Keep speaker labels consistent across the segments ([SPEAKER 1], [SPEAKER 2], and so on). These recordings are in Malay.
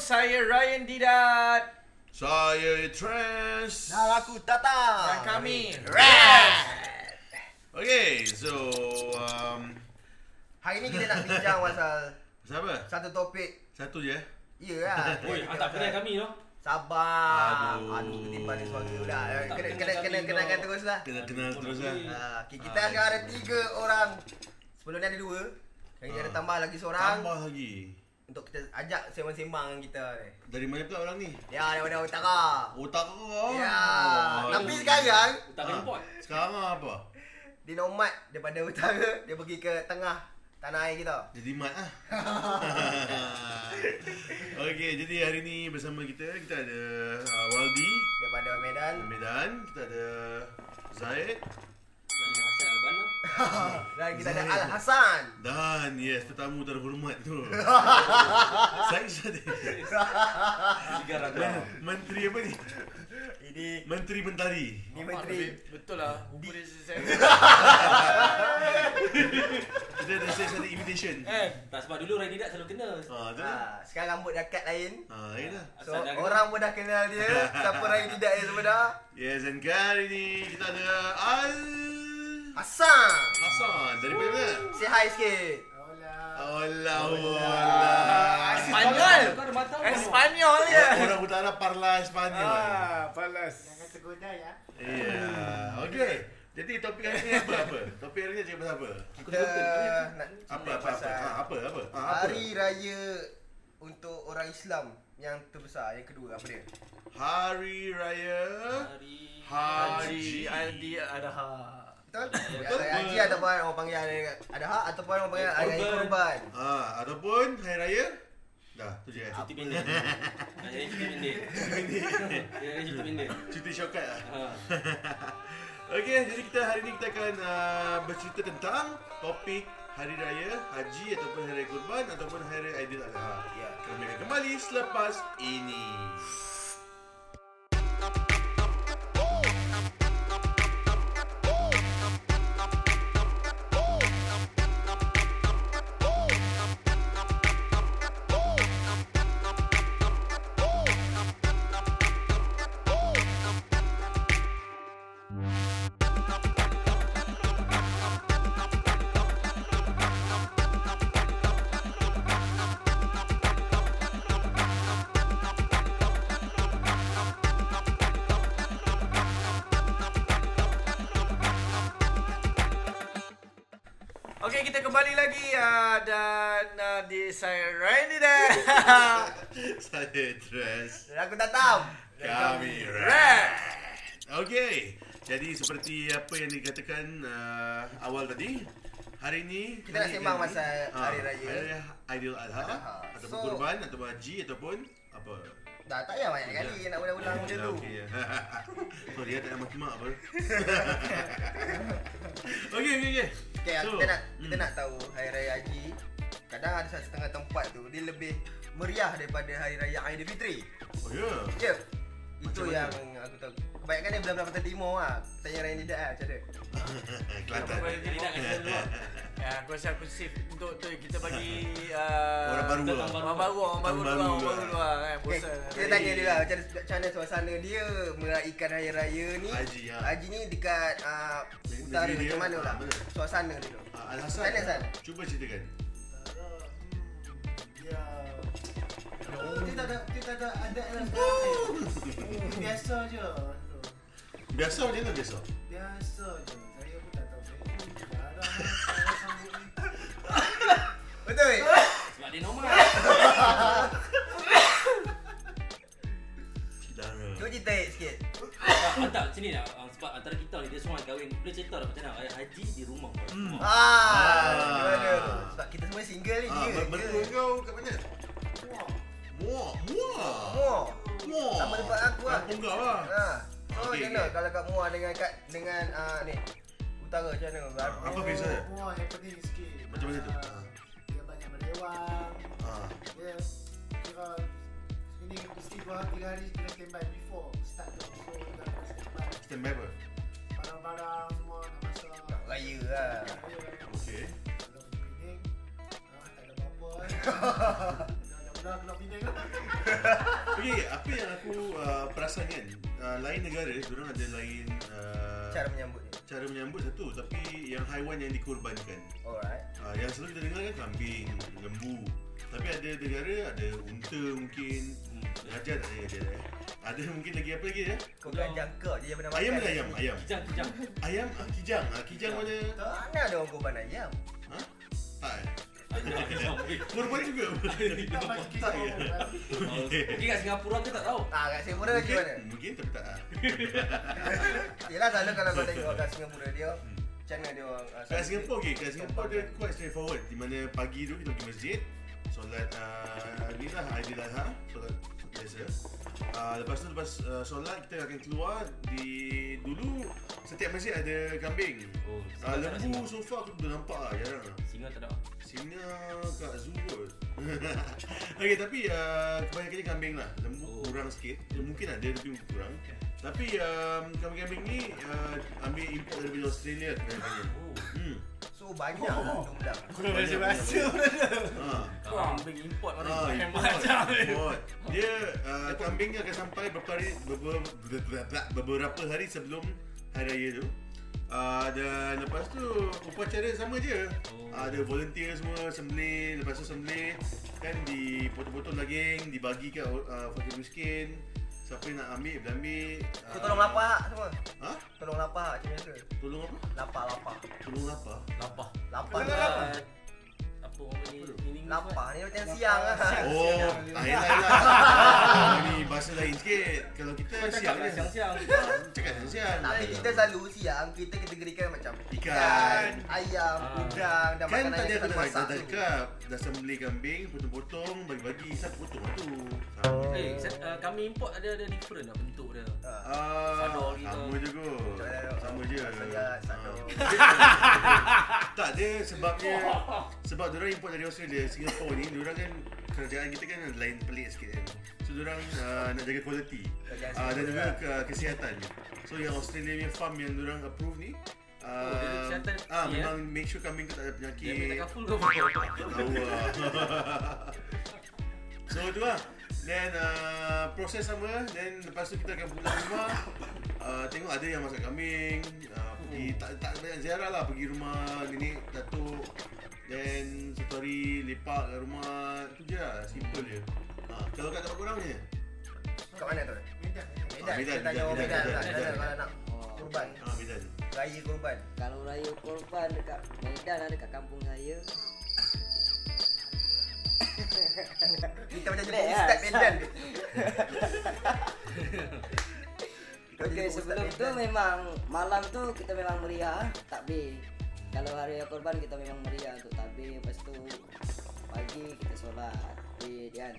[SPEAKER 1] saya Ryan Didat
[SPEAKER 2] Saya Trans.
[SPEAKER 3] Dan aku Tata.
[SPEAKER 1] dan kami
[SPEAKER 2] Okay, so um,
[SPEAKER 3] Hari ni kita nak bincang pasal
[SPEAKER 2] siapa?
[SPEAKER 3] satu topik.
[SPEAKER 2] Satu je. eh?
[SPEAKER 3] Ya lah.
[SPEAKER 4] Oi, ah, tak pernah
[SPEAKER 5] kan?
[SPEAKER 4] kami tu.
[SPEAKER 3] Sabar.
[SPEAKER 2] Aduh.
[SPEAKER 3] Aduh, ketipan ni suara pula.
[SPEAKER 4] Tak
[SPEAKER 3] Kena
[SPEAKER 4] dengar
[SPEAKER 3] kena
[SPEAKER 4] kami
[SPEAKER 3] kena
[SPEAKER 4] kau.
[SPEAKER 3] kenakan terus lah.
[SPEAKER 2] Kena kenal terus lah.
[SPEAKER 3] Ah, okay, kita sekarang ada tiga orang. Sebelum ni ada dua. Sekarang ni
[SPEAKER 2] Ah.
[SPEAKER 3] ada tambah lagi seorang
[SPEAKER 2] Tambah lagi.
[SPEAKER 3] untuk kita ajak sembang-sembang kita ni.
[SPEAKER 2] Dari mana pula orang ni?
[SPEAKER 3] Ya, daripada utara.
[SPEAKER 2] Otak kau kau.
[SPEAKER 3] Ya.
[SPEAKER 2] Oh,
[SPEAKER 3] Tapi
[SPEAKER 2] aduh.
[SPEAKER 3] sekarang eh.
[SPEAKER 4] Tak
[SPEAKER 2] Ah,
[SPEAKER 4] ada import.
[SPEAKER 2] Sekarang apa?
[SPEAKER 3] dia nomad daripada utara, dia pergi ke tengah tanah air kita.
[SPEAKER 2] Jadi mat lah Okay, jadi hari ni bersama kita Kita ada uh, Waldi
[SPEAKER 3] Daripada Medan.
[SPEAKER 2] dari Medan Kita ada Zaid
[SPEAKER 4] Jangan Hasan Alban lah.
[SPEAKER 3] Dan kita ada Al Hasan.
[SPEAKER 2] Dan yes, tetamu terhormat tu Saya Syadis
[SPEAKER 4] Tiga ratus.
[SPEAKER 2] Lah, Menteri apa ni?
[SPEAKER 3] Ini
[SPEAKER 2] Menteri Mentari
[SPEAKER 3] ini menteri
[SPEAKER 1] Betul lah Hukum dia saya
[SPEAKER 2] Kita ada saya ada invitation
[SPEAKER 1] Eh
[SPEAKER 4] Tak sebab dulu Rai Didat selalu kena.
[SPEAKER 2] Ah, tu lah
[SPEAKER 3] Ha, sekarang rambut dekat lain.
[SPEAKER 2] Ah, ya lah
[SPEAKER 3] So
[SPEAKER 4] Asal dah kena.
[SPEAKER 3] orang pun dah kenal dia. Siapa lain tidak ya, dia sebenarnya?
[SPEAKER 2] Yes, and kali ni kita ada Al
[SPEAKER 3] Hasan.
[SPEAKER 2] Hasan Dari mana?
[SPEAKER 3] Say hi sikit.
[SPEAKER 2] Allah Allah
[SPEAKER 1] Spanyol.
[SPEAKER 4] Kau ada mata.
[SPEAKER 5] Eh,
[SPEAKER 1] Espanyol ya
[SPEAKER 2] Orang utara parla Espanyol
[SPEAKER 1] Palas
[SPEAKER 3] ya.
[SPEAKER 2] Yeah. Okay. Jadi topik hari ni apa apa? Topik hari ni cakap pasal apa?
[SPEAKER 3] Kita nak
[SPEAKER 2] Apa
[SPEAKER 3] cerita
[SPEAKER 2] apa apa?
[SPEAKER 3] pasal
[SPEAKER 2] Ha, apa apa? Ha, apa?
[SPEAKER 3] Hari Raya untuk orang Islam yang terbesar yang kedua apa dia?
[SPEAKER 2] Hari Raya
[SPEAKER 4] Hari.
[SPEAKER 2] Haji
[SPEAKER 1] Haji Aldi Adha
[SPEAKER 3] Betul?
[SPEAKER 2] Betul.
[SPEAKER 3] Hari Haji ataupun orang panggil hari Raya Adha ataupun orang panggil hari Raya
[SPEAKER 4] Kurban.
[SPEAKER 3] Kurban.
[SPEAKER 2] Ah, ataupun Hari Raya Dah, tu je kan.
[SPEAKER 4] Cuti pendek. Dah jadi cuti pendek. Dah jadi cuti pendek.
[SPEAKER 2] Cuti syaukat lah.
[SPEAKER 4] Ha.
[SPEAKER 2] Okay, jadi kita hari ni kita akan uh, bercerita tentang topik Hari Raya Haji ataupun Hari Raya Kurban ataupun Hari Raya Aidiladha.
[SPEAKER 3] Ya.
[SPEAKER 2] Kami akan kembali selepas ini.
[SPEAKER 1] Okey kita kembali lagi ah, Dan ah, di saya Ryan Didat
[SPEAKER 2] Saya Tres.
[SPEAKER 3] Dan aku tatam.
[SPEAKER 2] Kami
[SPEAKER 1] Rap
[SPEAKER 2] Okey. Jadi seperti apa yang dikatakan uh, awal tadi, hari ini
[SPEAKER 3] Kita nak sembang
[SPEAKER 2] hari-
[SPEAKER 3] pasal
[SPEAKER 2] ah,
[SPEAKER 3] Hari Raya.
[SPEAKER 2] Hari Raya Aidil Adha
[SPEAKER 3] Adha.
[SPEAKER 2] ataupun
[SPEAKER 3] So-
[SPEAKER 2] kurban ataupun haji ataupun apa?
[SPEAKER 3] Dah tak payah banyak kali nak ulang-ulang macam tu.
[SPEAKER 2] Okey. ya. Sorry ya, tak nak maki mak apa. Okey okey okey.
[SPEAKER 3] Okay, so, kita nak kita
[SPEAKER 2] Hmm.
[SPEAKER 3] nak tahu Hari Raya Haji kadang ada satu setengah tempat tu dia lebih meriah daripada Hari Raya Aidilfitri.
[SPEAKER 2] Oh ya. Yeah.
[SPEAKER 3] Ya. Itu
[SPEAKER 2] Macam mana?
[SPEAKER 3] yang aku tahu. Kebanyakan dia belah-belah Pantai Timur lah. Tanya Raya tidak lah macam mana.
[SPEAKER 2] Kelantan.
[SPEAKER 4] Rai Didat kena dulu. lah.
[SPEAKER 1] Ya, aku rasa aku save untuk tu kita bagi uh,
[SPEAKER 2] Orang baru.
[SPEAKER 4] Kita
[SPEAKER 2] lah.
[SPEAKER 4] tambah-
[SPEAKER 1] Orang baru, orang baru
[SPEAKER 2] Orang
[SPEAKER 1] luar,
[SPEAKER 2] baru
[SPEAKER 1] orang baru
[SPEAKER 2] lah.
[SPEAKER 1] luar kan.
[SPEAKER 3] Okay,
[SPEAKER 1] Bosan.
[SPEAKER 3] kita tanya dia lah macam, macam mana suasana dia meraihkan Hari Raya ni.
[SPEAKER 2] Haji, ya.
[SPEAKER 3] Haji ni dekat uh,
[SPEAKER 2] Negeri
[SPEAKER 3] utara
[SPEAKER 2] dia,
[SPEAKER 3] macam mana lah.
[SPEAKER 2] betul.
[SPEAKER 3] Suasana dia tu.
[SPEAKER 2] Ah, Al-Hasan.
[SPEAKER 3] Sana, San.
[SPEAKER 2] Cuba ceritakan.
[SPEAKER 6] Dia tak ada, dia tak ada adat lah sekarang ni. Biasa je
[SPEAKER 2] Biasa macam mana biasa?
[SPEAKER 6] Biasa je Saya pun tak tahu Saya pun jarang Saya sambut ni
[SPEAKER 3] Betul eh?
[SPEAKER 4] Sebab dia normal.
[SPEAKER 2] Dara.
[SPEAKER 3] Cuba cerita eh sikit.
[SPEAKER 4] Tak, ah, tak sini lah. Ah, Sebab antara kita ni dia seorang kahwin. Boleh cerita lah macam mana hari haji di rumah.
[SPEAKER 2] Hmm.
[SPEAKER 3] Ah, gimana tu? Sebab kita semua single ni.
[SPEAKER 2] Ah,
[SPEAKER 3] dia
[SPEAKER 2] ber-
[SPEAKER 3] je.
[SPEAKER 2] bertua kau kat mana?
[SPEAKER 6] Wah
[SPEAKER 2] Muak, muak.
[SPEAKER 3] Muar.
[SPEAKER 2] Muak.
[SPEAKER 3] Sama tempat aku lah.
[SPEAKER 2] Kampung kau lah.
[SPEAKER 3] Ha.
[SPEAKER 2] Okey,
[SPEAKER 3] So okay, macam mana
[SPEAKER 2] okey.
[SPEAKER 3] kalau kat Muar dengan kat dengan uh, ni utara macam mana?
[SPEAKER 2] Ah, apa beza?
[SPEAKER 6] Wah yang penting sikit
[SPEAKER 2] Macam mana tu?
[SPEAKER 6] Ah, Dia banyak berlewang
[SPEAKER 2] Ah,
[SPEAKER 6] Dia kira Ini mesti dua tiga hari Kena standby before Start tu So kita kena standby
[SPEAKER 2] stand by apa?
[SPEAKER 6] Barang-barang semua Nak masak
[SPEAKER 3] Nak raya lah.
[SPEAKER 6] Raya.
[SPEAKER 2] Okey.
[SPEAKER 6] Kalau Penang, ah, tak ada apa-apa eh. Dah ada pula. dah keluar Penang lah
[SPEAKER 2] Okay, apa yang aku uh, perasan kan uh, Lain negara, diorang ada lain uh,
[SPEAKER 3] Cara menyambut dia.
[SPEAKER 2] cara menyambut satu Tapi yang haiwan yang dikorbankan
[SPEAKER 3] Alright.
[SPEAKER 2] uh, Yang selalu kita dengar kan kambing, lembu Tapi ada negara, ada unta mungkin Raja tak ada ada eh Ada mungkin lagi apa lagi ya
[SPEAKER 3] Kau bukan jangka je yang pernah makan.
[SPEAKER 2] Ayam ada ayam, ayam
[SPEAKER 4] Kijang, kijang.
[SPEAKER 2] Ayam, ah, kijang, ah, kijang mana
[SPEAKER 3] Mana ada orang korban ayam?
[SPEAKER 2] Ha? Tak eh
[SPEAKER 4] Kijang, kijang. Eh,
[SPEAKER 2] Korban juga
[SPEAKER 6] Tak bagi kita
[SPEAKER 2] Tak,
[SPEAKER 6] orang
[SPEAKER 2] ya.
[SPEAKER 4] oh, Mungkin kat Singapura ke tak tahu. Oh,
[SPEAKER 3] Ah, kat Singapura macam
[SPEAKER 2] Mungkin,
[SPEAKER 3] mana?
[SPEAKER 2] mungkin tapi tak ah.
[SPEAKER 3] Yelah selalu kalau kau tengok kat Singapura dia Macam mana dia orang ah,
[SPEAKER 2] Kat
[SPEAKER 3] selalu-
[SPEAKER 2] Singapura okay, kat Singapura dia quite straightforward Di mana pagi tu kita pergi masjid Solat uh, ni lah Aidil Adha Solat biasa uh, Lepas tu lepas uh, solat kita akan keluar di Dulu setiap masjid ada kambing uh,
[SPEAKER 4] Oh, singa tak ada
[SPEAKER 2] Lembu
[SPEAKER 4] singa.
[SPEAKER 2] so far aku belum nampak lah jarang lah
[SPEAKER 4] Singa tak ada.
[SPEAKER 2] Singa kat zoo kot Okay tapi uh, kebanyakannya kambing lah Lembu
[SPEAKER 4] Oh.
[SPEAKER 2] kurang sikit Dia Mungkin ada tapi mungkin kurang Tapi um, kambing-kambing ni uh, ambil import daripada Australia kebanyakannya
[SPEAKER 4] Oh.
[SPEAKER 2] Hmm
[SPEAKER 3] So banyak lah jumlah
[SPEAKER 2] Kau bahasa-bahasa Ha.
[SPEAKER 4] Kambing import orang.
[SPEAKER 2] Ah,
[SPEAKER 4] Yang
[SPEAKER 2] import.
[SPEAKER 4] macam.
[SPEAKER 2] Import. Dia uh, kambing akan sampai beberapa hari beberapa, beberapa hari sebelum hari raya tu. Uh, dan lepas tu upacara sama je.
[SPEAKER 4] Oh.
[SPEAKER 2] Uh, ada volunteer semua sembelih, lepas tu sembelih kan dipotong-potong daging, dibagi ke uh, fakir miskin. Siapa yang nak ambil, boleh ambil.
[SPEAKER 3] So tolong lapak semua
[SPEAKER 2] Ha?
[SPEAKER 3] Tolong lapak macam biasa
[SPEAKER 2] Tolong apa?
[SPEAKER 3] Lapak, lapak
[SPEAKER 2] Tolong apa?
[SPEAKER 4] Lapah.
[SPEAKER 3] Lapar
[SPEAKER 1] Tolong lapak.
[SPEAKER 4] Ah, Apa orang panggil? Meaning
[SPEAKER 3] Lapar ni macam siang lah
[SPEAKER 2] Oh, ah, yelah, yelah. Ni bahasa lain sikit. Kalau kita
[SPEAKER 4] Kau cakap
[SPEAKER 2] siang
[SPEAKER 4] lah
[SPEAKER 2] je.
[SPEAKER 4] siang-siang.
[SPEAKER 2] Ah, Cakap siang.
[SPEAKER 3] Tapi kita selalu siang kita kategorikan macam
[SPEAKER 2] Ikan.
[SPEAKER 3] Ayam,
[SPEAKER 4] Ah.
[SPEAKER 3] udang dan
[SPEAKER 2] Kan
[SPEAKER 3] makanan
[SPEAKER 2] tadi kan?
[SPEAKER 3] yang
[SPEAKER 2] aku
[SPEAKER 3] selalu
[SPEAKER 2] dah
[SPEAKER 3] masak
[SPEAKER 2] dah
[SPEAKER 3] tu
[SPEAKER 2] cakap Dah sembelih kambing, potong-potong, bagi-bagi Siapa potong lah tu?
[SPEAKER 4] Eh, se- ah, kami import ada ada different lah bentuk dia.
[SPEAKER 3] Ah,
[SPEAKER 2] Ah,
[SPEAKER 4] Sador kita.
[SPEAKER 2] sama je kot
[SPEAKER 3] macam mana-
[SPEAKER 2] Sama je Ah.
[SPEAKER 3] Sayat, satu
[SPEAKER 2] Tak, dia sebabnya Sebab diorang import dari Australia, Singapore ni Diorang kan, kerajaan kita kan lain pelik sikit kan So diorang ah, nak jaga kualiti
[SPEAKER 3] Kerajaan
[SPEAKER 2] Ah, Dan juga
[SPEAKER 3] Singapura lah.
[SPEAKER 2] ke- kesihatan So yang Australia punya farm yang diorang approve ni
[SPEAKER 4] Oh, dia ada
[SPEAKER 2] ah,
[SPEAKER 4] kesihatan,
[SPEAKER 2] ah,
[SPEAKER 4] ya?
[SPEAKER 2] memang make sure kambing tu tak ada penyakit
[SPEAKER 4] Dia minta kaful kau. Kau
[SPEAKER 2] Tahu lah So tu lah Then uh, proses sama Then lepas tu kita akan pulang rumah uh, Tengok ada yang masak kambing uh, Pergi
[SPEAKER 7] Hmm.
[SPEAKER 2] tak, tak banyak ziarah lah Pergi rumah nenek, datuk Then satu hari lepak kat rumah Tu je lah simple je Ah, Kalau kat tempat korang je
[SPEAKER 3] Kat mana tu? Medan,
[SPEAKER 6] Medan
[SPEAKER 2] Ah, Medan,
[SPEAKER 3] kita tanya orang
[SPEAKER 2] Medan,
[SPEAKER 3] Medan
[SPEAKER 2] Medan,
[SPEAKER 3] lah Tanya
[SPEAKER 2] Medan.
[SPEAKER 3] kalau nak kurban
[SPEAKER 2] Ah, Medan
[SPEAKER 3] Raya kurban
[SPEAKER 7] Kalau raya korban dekat Medan lah dekat kampung saya
[SPEAKER 3] Kita macam jumpa
[SPEAKER 7] Relax lah,
[SPEAKER 3] Ustaz Medan
[SPEAKER 7] Ustaz. Okey sebelum tu memang malam tu kita memang meriah ah, takbir. Kalau hari raya korban kita memang meriah untuk takbir lepas tu pagi kita solat Id kan.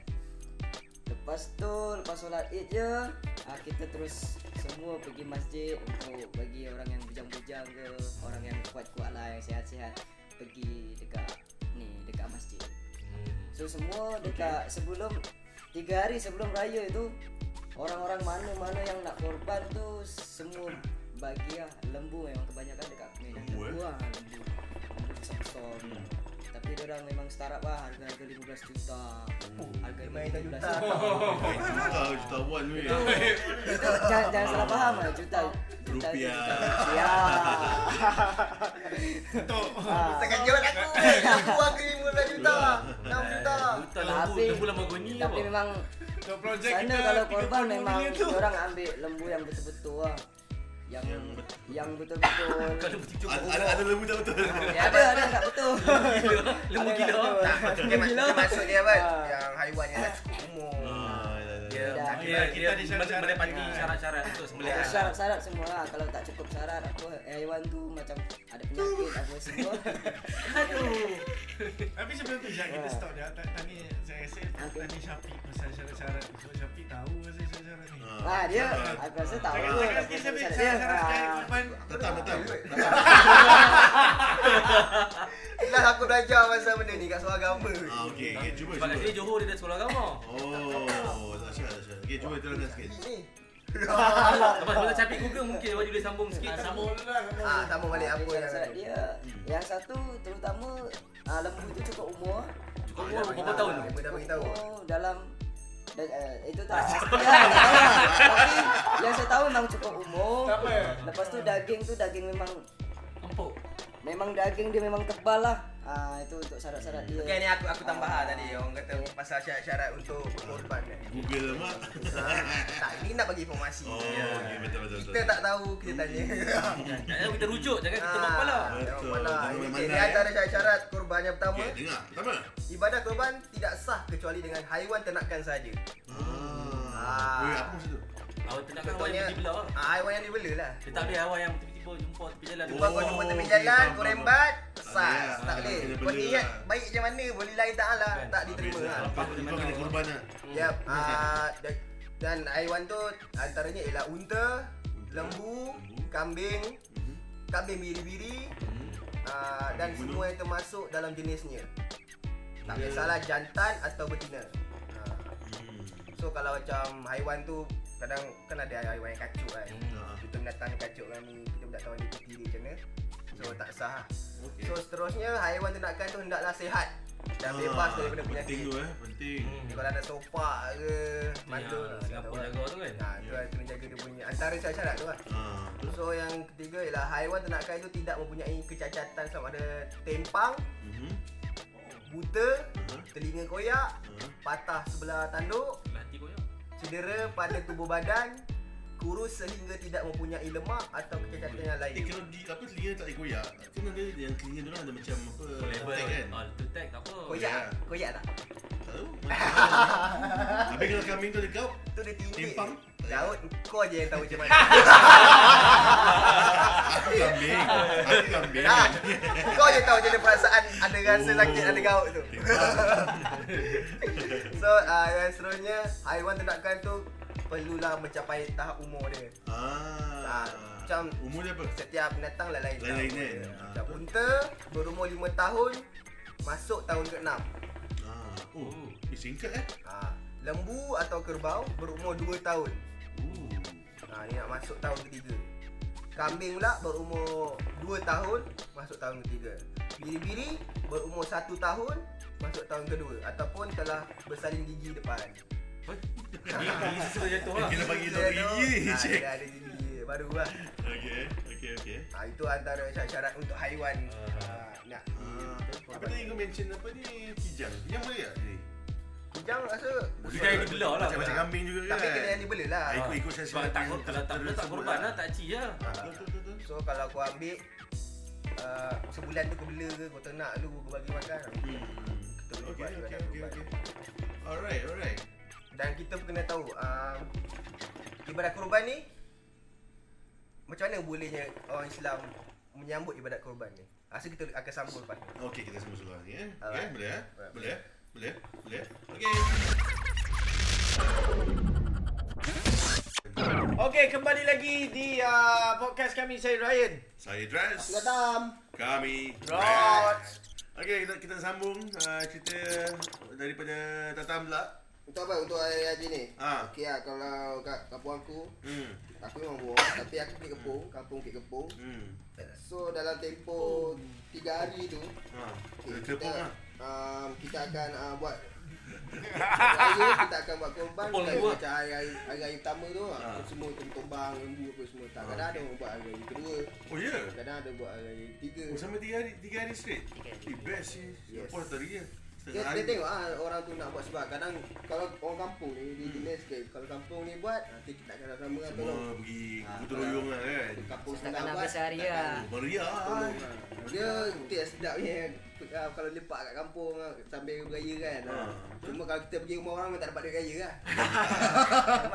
[SPEAKER 7] Lepas tu lepas solat Id je ah, kita terus semua pergi masjid untuk bagi orang yang bujang-bujang ke orang yang kuat-kuat lah yang sihat-sihat pergi dekat ni dekat masjid. So semua dekat sebelum tiga hari sebelum raya itu orang-orang mana-mana yang nak korban tu semua bagi lah lembu memang kebanyakan dekat Medan
[SPEAKER 2] Lembu, eh?
[SPEAKER 7] lembu lah lembu lembu besar-besar
[SPEAKER 2] Hmm.
[SPEAKER 7] tapi orang memang setara lah harga-harga 15 juta
[SPEAKER 2] Hmm.
[SPEAKER 7] harga
[SPEAKER 3] Lima juta
[SPEAKER 7] 15
[SPEAKER 3] juta.
[SPEAKER 7] juta Oh,
[SPEAKER 2] Eh, Juta, jutawan tu ya
[SPEAKER 7] Itu jangan, jangan salah faham lah juta juta
[SPEAKER 2] Rupiah.
[SPEAKER 7] juta rupiah Ah.
[SPEAKER 3] Takkan kan jawab aku Aku aku 15 juta 6 juta
[SPEAKER 4] Hutan lembu,
[SPEAKER 7] Tapi-
[SPEAKER 4] lembu Lamborghini
[SPEAKER 7] tapi
[SPEAKER 4] apa?
[SPEAKER 7] memang sana kalau korban memang orang ambil lembu yang betul-betul lah yang yang
[SPEAKER 4] Kalau
[SPEAKER 7] betul-betul
[SPEAKER 4] betul cukup.
[SPEAKER 2] Ah, Ada ada- ada lembu tak betul
[SPEAKER 7] Ya, ada ada tak betul.
[SPEAKER 4] Lembu
[SPEAKER 7] Ada
[SPEAKER 4] gila.
[SPEAKER 7] tak
[SPEAKER 2] Ah.
[SPEAKER 3] Maksud dia
[SPEAKER 7] betul. Lembu gila.
[SPEAKER 3] maksud- maksud dia kan
[SPEAKER 7] Ah.
[SPEAKER 3] Yang haiwan yang tak cukup umur
[SPEAKER 2] Ah, yelah, yelah.
[SPEAKER 1] Dia
[SPEAKER 7] Dah.
[SPEAKER 1] kita,
[SPEAKER 4] Dia
[SPEAKER 1] kita di
[SPEAKER 4] dia men-
[SPEAKER 1] syarat-syarat
[SPEAKER 4] menepati syarat-syarat untuk sembelih.
[SPEAKER 7] Ada syarat-syarat semua lah. Kalau tak cukup syarat apa haiwan tu macam ada penyakit apa semua.
[SPEAKER 4] Aduh.
[SPEAKER 5] Tapi sebelum tu Jack,
[SPEAKER 1] Ah.
[SPEAKER 5] kita stop dah Tak tanya Saya rasa
[SPEAKER 7] Okey.
[SPEAKER 5] Tanya Syafiq Pasal syarat-syarat Sebab Syafiq tahu Pasal syarat-syarat ni
[SPEAKER 2] Ah.
[SPEAKER 7] Ah dia aku rasa tahu.
[SPEAKER 5] Cakap cakap sikit Syafiq Syarat-syarat sekali korban
[SPEAKER 2] Tetap, tetap
[SPEAKER 7] Ah,
[SPEAKER 3] Lah aku belajar pasal benda ni kat sekolah agama
[SPEAKER 2] Ah, okay, okay, cuba,
[SPEAKER 4] Sebab kat
[SPEAKER 2] cuba
[SPEAKER 4] sini Johor dia ada sekolah agama.
[SPEAKER 2] Oh, dahsyat, dahsyat. Okay, cuba terangkan sikit.
[SPEAKER 3] Ni
[SPEAKER 4] Lepas bila capit Google mungkin dia boleh sambung sikit.
[SPEAKER 6] Sama lah sama
[SPEAKER 3] Ah, sama balik apa yang
[SPEAKER 7] Syarat
[SPEAKER 3] satu.
[SPEAKER 7] dia yang satu terutama ah, lembu tu cukup umur.
[SPEAKER 4] Kau umur berapa tahun tu?
[SPEAKER 3] Dia dah bagi tahu.
[SPEAKER 7] Umur Oh, dalam dan, eh, itu tak pasti lah, tak tahu lah. Tapi yang saya tahu memang cukup umur.
[SPEAKER 6] Tak apa.
[SPEAKER 7] Lepas tu daging tu daging memang
[SPEAKER 4] Empuk.
[SPEAKER 7] memang daging dia memang tebal lah. Ah itu untuk syarat-syarat dia.
[SPEAKER 3] Okey ni aku aku tambah lah tadi orang kata pasal syarat-syarat untuk korban. ni.
[SPEAKER 2] Google lah mak.
[SPEAKER 3] Ah, tak ini nak bagi informasi.
[SPEAKER 2] Oh,
[SPEAKER 3] Ya.
[SPEAKER 2] okey, betul betul betul.
[SPEAKER 3] Kita tak tahu kita tanya. Ah,
[SPEAKER 4] Jangan kita lah? rujuk, jangan kita buat kepala.
[SPEAKER 2] Betul,
[SPEAKER 3] Betul.
[SPEAKER 2] jangan main
[SPEAKER 3] lah. Okey, di
[SPEAKER 2] mandai, eh.
[SPEAKER 3] antara syarat-syarat korban yang pertama,
[SPEAKER 2] Okey, dengar. Pertama.
[SPEAKER 3] ibadah korban tidak sah kecuali dengan haiwan ternakan saja.
[SPEAKER 2] Ah. Weh, apa maksud tu?
[SPEAKER 4] Awak tenang awak
[SPEAKER 3] Contohnya,
[SPEAKER 4] yang pergi belah.
[SPEAKER 3] ah, haiwan yang dibela lah.
[SPEAKER 4] Dia tak boleh awak yang tiba-tiba jumpa tepi jalan.
[SPEAKER 3] Jumpa kau
[SPEAKER 2] Oh,
[SPEAKER 3] jumpa tepi
[SPEAKER 2] okey,
[SPEAKER 3] jalan,
[SPEAKER 2] faham,
[SPEAKER 3] kau
[SPEAKER 2] faham,
[SPEAKER 3] rembat,
[SPEAKER 2] faham.
[SPEAKER 3] sah.
[SPEAKER 2] Tak
[SPEAKER 3] Tak
[SPEAKER 2] boleh,
[SPEAKER 3] boleh.
[SPEAKER 2] kena
[SPEAKER 3] Kau
[SPEAKER 2] bela
[SPEAKER 3] niat
[SPEAKER 2] lah.
[SPEAKER 3] baik macam mana, boleh lain ta'ala,
[SPEAKER 4] Kan,
[SPEAKER 3] tak
[SPEAKER 2] Habis
[SPEAKER 3] diterima
[SPEAKER 2] dah.
[SPEAKER 3] lah.
[SPEAKER 2] Lepas tu kau kena korban lah.
[SPEAKER 4] Hmm.
[SPEAKER 3] Yap. ah, da- dan haiwan tu antaranya ialah unta, lembu,
[SPEAKER 2] Lembu.
[SPEAKER 3] kambing,
[SPEAKER 2] Hmm.
[SPEAKER 3] kambing biri-biri ah, dan
[SPEAKER 2] Bulu.
[SPEAKER 3] semua yang termasuk dalam jenisnya. Tak
[SPEAKER 2] Dia-
[SPEAKER 3] kisahlah jantan atau betina. Ah,
[SPEAKER 2] Hmm.
[SPEAKER 3] So kalau macam haiwan tu kadang kan ada haiwan yang kacuk kan.
[SPEAKER 2] Ah.
[SPEAKER 3] Kita binatang yang kacuk kan ni kita tak tahu dia pipi dia macam mana. So tak sah. lah.
[SPEAKER 2] Hmm. Okey.
[SPEAKER 3] So seterusnya haiwan ternakan tu hendaklah sihat dan bebas lah
[SPEAKER 2] Ah,
[SPEAKER 3] daripada
[SPEAKER 2] Penting
[SPEAKER 3] penyakit.
[SPEAKER 2] tu eh, Ya, penting.
[SPEAKER 3] Jadi Kalau ada sopak ke Mantul
[SPEAKER 4] Mantul. Singapura jaga tu kan.
[SPEAKER 3] Ha,
[SPEAKER 2] Ya.
[SPEAKER 3] tu lah kena jaga dia punya Antara syarat-syarat tu lah
[SPEAKER 2] Ah, terus.
[SPEAKER 3] So yang ketiga ialah Haiwan ternakan itu tidak mempunyai kecacatan Sama ada tempang,
[SPEAKER 2] Mhm.
[SPEAKER 3] buta,
[SPEAKER 2] Aha.
[SPEAKER 3] telinga koyak
[SPEAKER 2] Ah.
[SPEAKER 3] Patah sebelah tanduk
[SPEAKER 4] Hati kau ya.
[SPEAKER 3] Cedera pada tubuh badan Kurus sehingga tidak mempunyai lemak Atau kecacatan yang
[SPEAKER 2] Eh,
[SPEAKER 3] lain
[SPEAKER 2] kalau di, apa telinga tak boleh goyak Kan ada yang telinga dia orang ada macam apa
[SPEAKER 4] Label
[SPEAKER 2] tag
[SPEAKER 4] kan.
[SPEAKER 2] kan
[SPEAKER 4] Ah, tu tag tak apa.
[SPEAKER 3] Koyak, koyak tak?
[SPEAKER 2] Tak tahu Habis kalau kambing tu dia gaup
[SPEAKER 3] Tu dia tinggi
[SPEAKER 2] Tempang?
[SPEAKER 3] Daud, kau je yang tahu macam mana
[SPEAKER 2] Aku kambing Aku kambing
[SPEAKER 3] Ah, kau je tahu macam mana perasaan ada rasa
[SPEAKER 2] Ya. Oh.
[SPEAKER 3] sakit ada gaut tu.
[SPEAKER 2] Timpang.
[SPEAKER 3] So uh, yang seterusnya haiwan terdakkan tu perlulah mencapai tahap umur dia.
[SPEAKER 2] Ah,
[SPEAKER 3] Ah, macam-
[SPEAKER 2] Umur dia apa?
[SPEAKER 3] Setiap binatang lain-lain.
[SPEAKER 2] Lain-lain
[SPEAKER 3] tahap
[SPEAKER 2] kan?
[SPEAKER 3] dia.
[SPEAKER 2] Ah,
[SPEAKER 3] Macam
[SPEAKER 2] betul.
[SPEAKER 3] unta berumur 5 tahun masuk tahun ke-6.
[SPEAKER 2] Ah, Oh, eh, singkat eh
[SPEAKER 3] Ah, lembu atau kerbau berumur 2 tahun.
[SPEAKER 2] Oh.
[SPEAKER 3] Ah, ni nak masuk tahun ketiga. Kambing pula berumur 2 tahun masuk tahun ketiga. Biri-biri berumur 1 tahun masuk tahun kedua ataupun telah bersalin gigi depan.
[SPEAKER 4] Gigi sesuatu jatuh
[SPEAKER 2] Eh,
[SPEAKER 4] lah.
[SPEAKER 2] Kena bagi tahu
[SPEAKER 3] Dia tu,
[SPEAKER 2] gigi
[SPEAKER 3] ah,
[SPEAKER 2] Cik
[SPEAKER 3] Dia ada gigi baru lah.
[SPEAKER 2] Okay, okay, okay
[SPEAKER 3] Ha, itu antara syarat-syarat untuk haiwan
[SPEAKER 4] Ah.
[SPEAKER 3] ha, nak
[SPEAKER 2] Ah,
[SPEAKER 3] di-
[SPEAKER 2] Apa tadi kau mention apa ni? Kijang ya? Kijang boleh tak? Ni?
[SPEAKER 3] Kijang rasa
[SPEAKER 4] Boleh. Kijang yang dibelah lah.
[SPEAKER 2] Eh. Macam-macam kambing juga kan
[SPEAKER 3] Tapi kena yang dibela lah
[SPEAKER 2] Ah, ikut- ikut sesi-
[SPEAKER 4] Kalau tak
[SPEAKER 2] sesi-
[SPEAKER 4] kalau tak
[SPEAKER 2] sesi-
[SPEAKER 4] boleh tak
[SPEAKER 2] sesi-
[SPEAKER 4] korban
[SPEAKER 2] sesi-
[SPEAKER 4] lah, tak ci je.
[SPEAKER 2] Ah, betul, betul, betul.
[SPEAKER 3] So kalau kau ambil uh, Sebulan tu kau bela ke Kau ternak dulu Kau bagi makan
[SPEAKER 2] Hmm.
[SPEAKER 3] boleh
[SPEAKER 2] Okay,
[SPEAKER 3] buat juga
[SPEAKER 2] okay,
[SPEAKER 3] dalam
[SPEAKER 2] okay,
[SPEAKER 3] ubat.
[SPEAKER 2] okay. Alright, alright.
[SPEAKER 3] Dan kita pun kena tahu uh, Ibadat kurban ni Macam mana bolehnya Orang Islam Menyambut ibadat kurban ni Rasa kita akan sambung lepas ni
[SPEAKER 2] Okay, kita semua suruh ni eh. Okay,
[SPEAKER 3] Alright.
[SPEAKER 2] boleh eh?
[SPEAKER 3] Alright.
[SPEAKER 2] Boleh eh? Boleh eh? Boleh eh? Okay.
[SPEAKER 1] Okey, kembali lagi di uh, podcast kami saya Ryan.
[SPEAKER 2] Saya Dress.
[SPEAKER 1] Gadam.
[SPEAKER 2] Kami
[SPEAKER 1] Rod.
[SPEAKER 2] Dress. Okay, kita, kita sambung uh, cerita daripada Tatam pula.
[SPEAKER 3] Untuk apa? Untuk hari haji ni?
[SPEAKER 2] Ah.
[SPEAKER 3] Okey lah kalau kat kampung aku
[SPEAKER 2] Hmm.
[SPEAKER 3] Aku memang buang Tapi aku pergi kepung Kampung pergi kepung
[SPEAKER 2] Hmm.
[SPEAKER 3] So dalam tempoh tiga hari tu
[SPEAKER 2] Ha.
[SPEAKER 3] okay,
[SPEAKER 2] Kita pun lah.
[SPEAKER 3] um, Kita akan uh, buat Raya kita akan buat korban
[SPEAKER 4] Kepung
[SPEAKER 3] kita
[SPEAKER 4] dulu
[SPEAKER 3] Macam hari-hari, hari-hari pertama tu lah
[SPEAKER 2] lah. Ah.
[SPEAKER 3] Semua tumbang, lembu apa semua tak
[SPEAKER 2] Ah,
[SPEAKER 3] Kadang ada
[SPEAKER 2] okey.
[SPEAKER 3] orang buat hari-hari kedua
[SPEAKER 2] Oh, ya? Yeah.
[SPEAKER 3] Kadang ada buat hari-hari ketiga
[SPEAKER 2] Oh, sampai tiga hari, tiga hari straight? Eh, best sih.
[SPEAKER 3] Yes.
[SPEAKER 2] Singapore tadi dia.
[SPEAKER 3] dia,
[SPEAKER 2] Setengah hari.
[SPEAKER 3] dia tengok ah orang tu nak buat sebab kadang kalau orang kampung ni
[SPEAKER 2] Hmm.
[SPEAKER 3] dia jenis sikit kalau kampung ni buat nanti kita akan sama lah
[SPEAKER 2] Semua
[SPEAKER 3] tolong
[SPEAKER 2] pergi
[SPEAKER 3] Ah,
[SPEAKER 2] gotong royong lah kan.
[SPEAKER 3] kampung
[SPEAKER 7] Tak
[SPEAKER 3] setengah
[SPEAKER 7] nak
[SPEAKER 3] buat ah,
[SPEAKER 7] besar dia.
[SPEAKER 2] Oh, Meriah.
[SPEAKER 3] Dia tak sedap ni ah, kalau lepak kat kampung ah, sambil beraya kan.
[SPEAKER 2] Ah.
[SPEAKER 3] Cuma kalau kita pergi rumah orang memang tak dapat duit raya lah.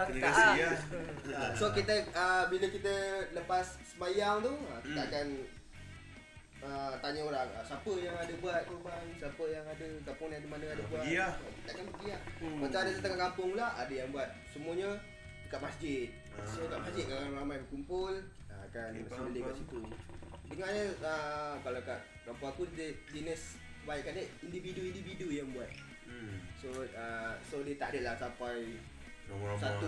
[SPEAKER 2] Kena kasih lah.
[SPEAKER 3] So kita ah, bila kita lepas sembahyang tu, ah, kita
[SPEAKER 2] Hmm.
[SPEAKER 3] akan ah, tanya orang ah, siapa yang ada buat korban, siapa yang ada kampung yang ada mana ada
[SPEAKER 2] Ah,
[SPEAKER 3] buat.
[SPEAKER 2] pergi lah.
[SPEAKER 3] Kita akan pergi lah.
[SPEAKER 2] Hmm.
[SPEAKER 3] Macam ada setengah kampung pula ada yang buat semuanya dekat masjid. So
[SPEAKER 2] Ah.
[SPEAKER 3] kat masjid kan ramai berkumpul ah, akan
[SPEAKER 2] Okey, faham,
[SPEAKER 3] bersembelih kat
[SPEAKER 2] faham.
[SPEAKER 3] situ. Dengarnya ah, kalau kat kampung aku dia jenis kebaikan dia individu-individu yang buat.
[SPEAKER 2] Hmm.
[SPEAKER 3] ah, So uh, so dia tak adalah sampai
[SPEAKER 2] Ramai-ramai.
[SPEAKER 3] Satu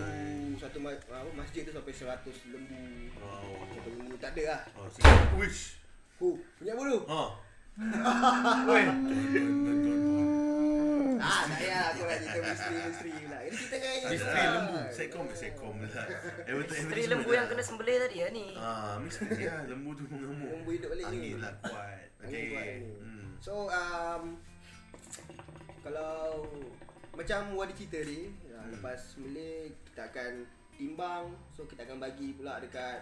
[SPEAKER 3] satu ma- apa, masjid tu sampai 100 lembu.
[SPEAKER 2] Wow.
[SPEAKER 3] Satu lembu tak ada lah.
[SPEAKER 2] Ah, sedap. Wish.
[SPEAKER 3] Hu, punya bulu.
[SPEAKER 2] Ha.
[SPEAKER 5] Oi,
[SPEAKER 2] Oh.
[SPEAKER 3] Ah, tak payah aku nak cerita misteri-misteri pula. Ini kita kan
[SPEAKER 2] Misteri lembu. Sekom sekom lah.
[SPEAKER 7] Isteri lembu yang kena sembelih tadi ya ni.
[SPEAKER 2] Ah, misteri lah lembu tu mengamuk.
[SPEAKER 3] Lembu hidup balik ni.
[SPEAKER 2] Angin lah kuat.
[SPEAKER 3] Angin kuat
[SPEAKER 2] Okay.
[SPEAKER 3] ni.
[SPEAKER 2] Hmm.
[SPEAKER 3] So um, Kalau Macam Wadi cerita ni hmm. Lepas Malay Kita akan Timbang So kita akan bagi pula dekat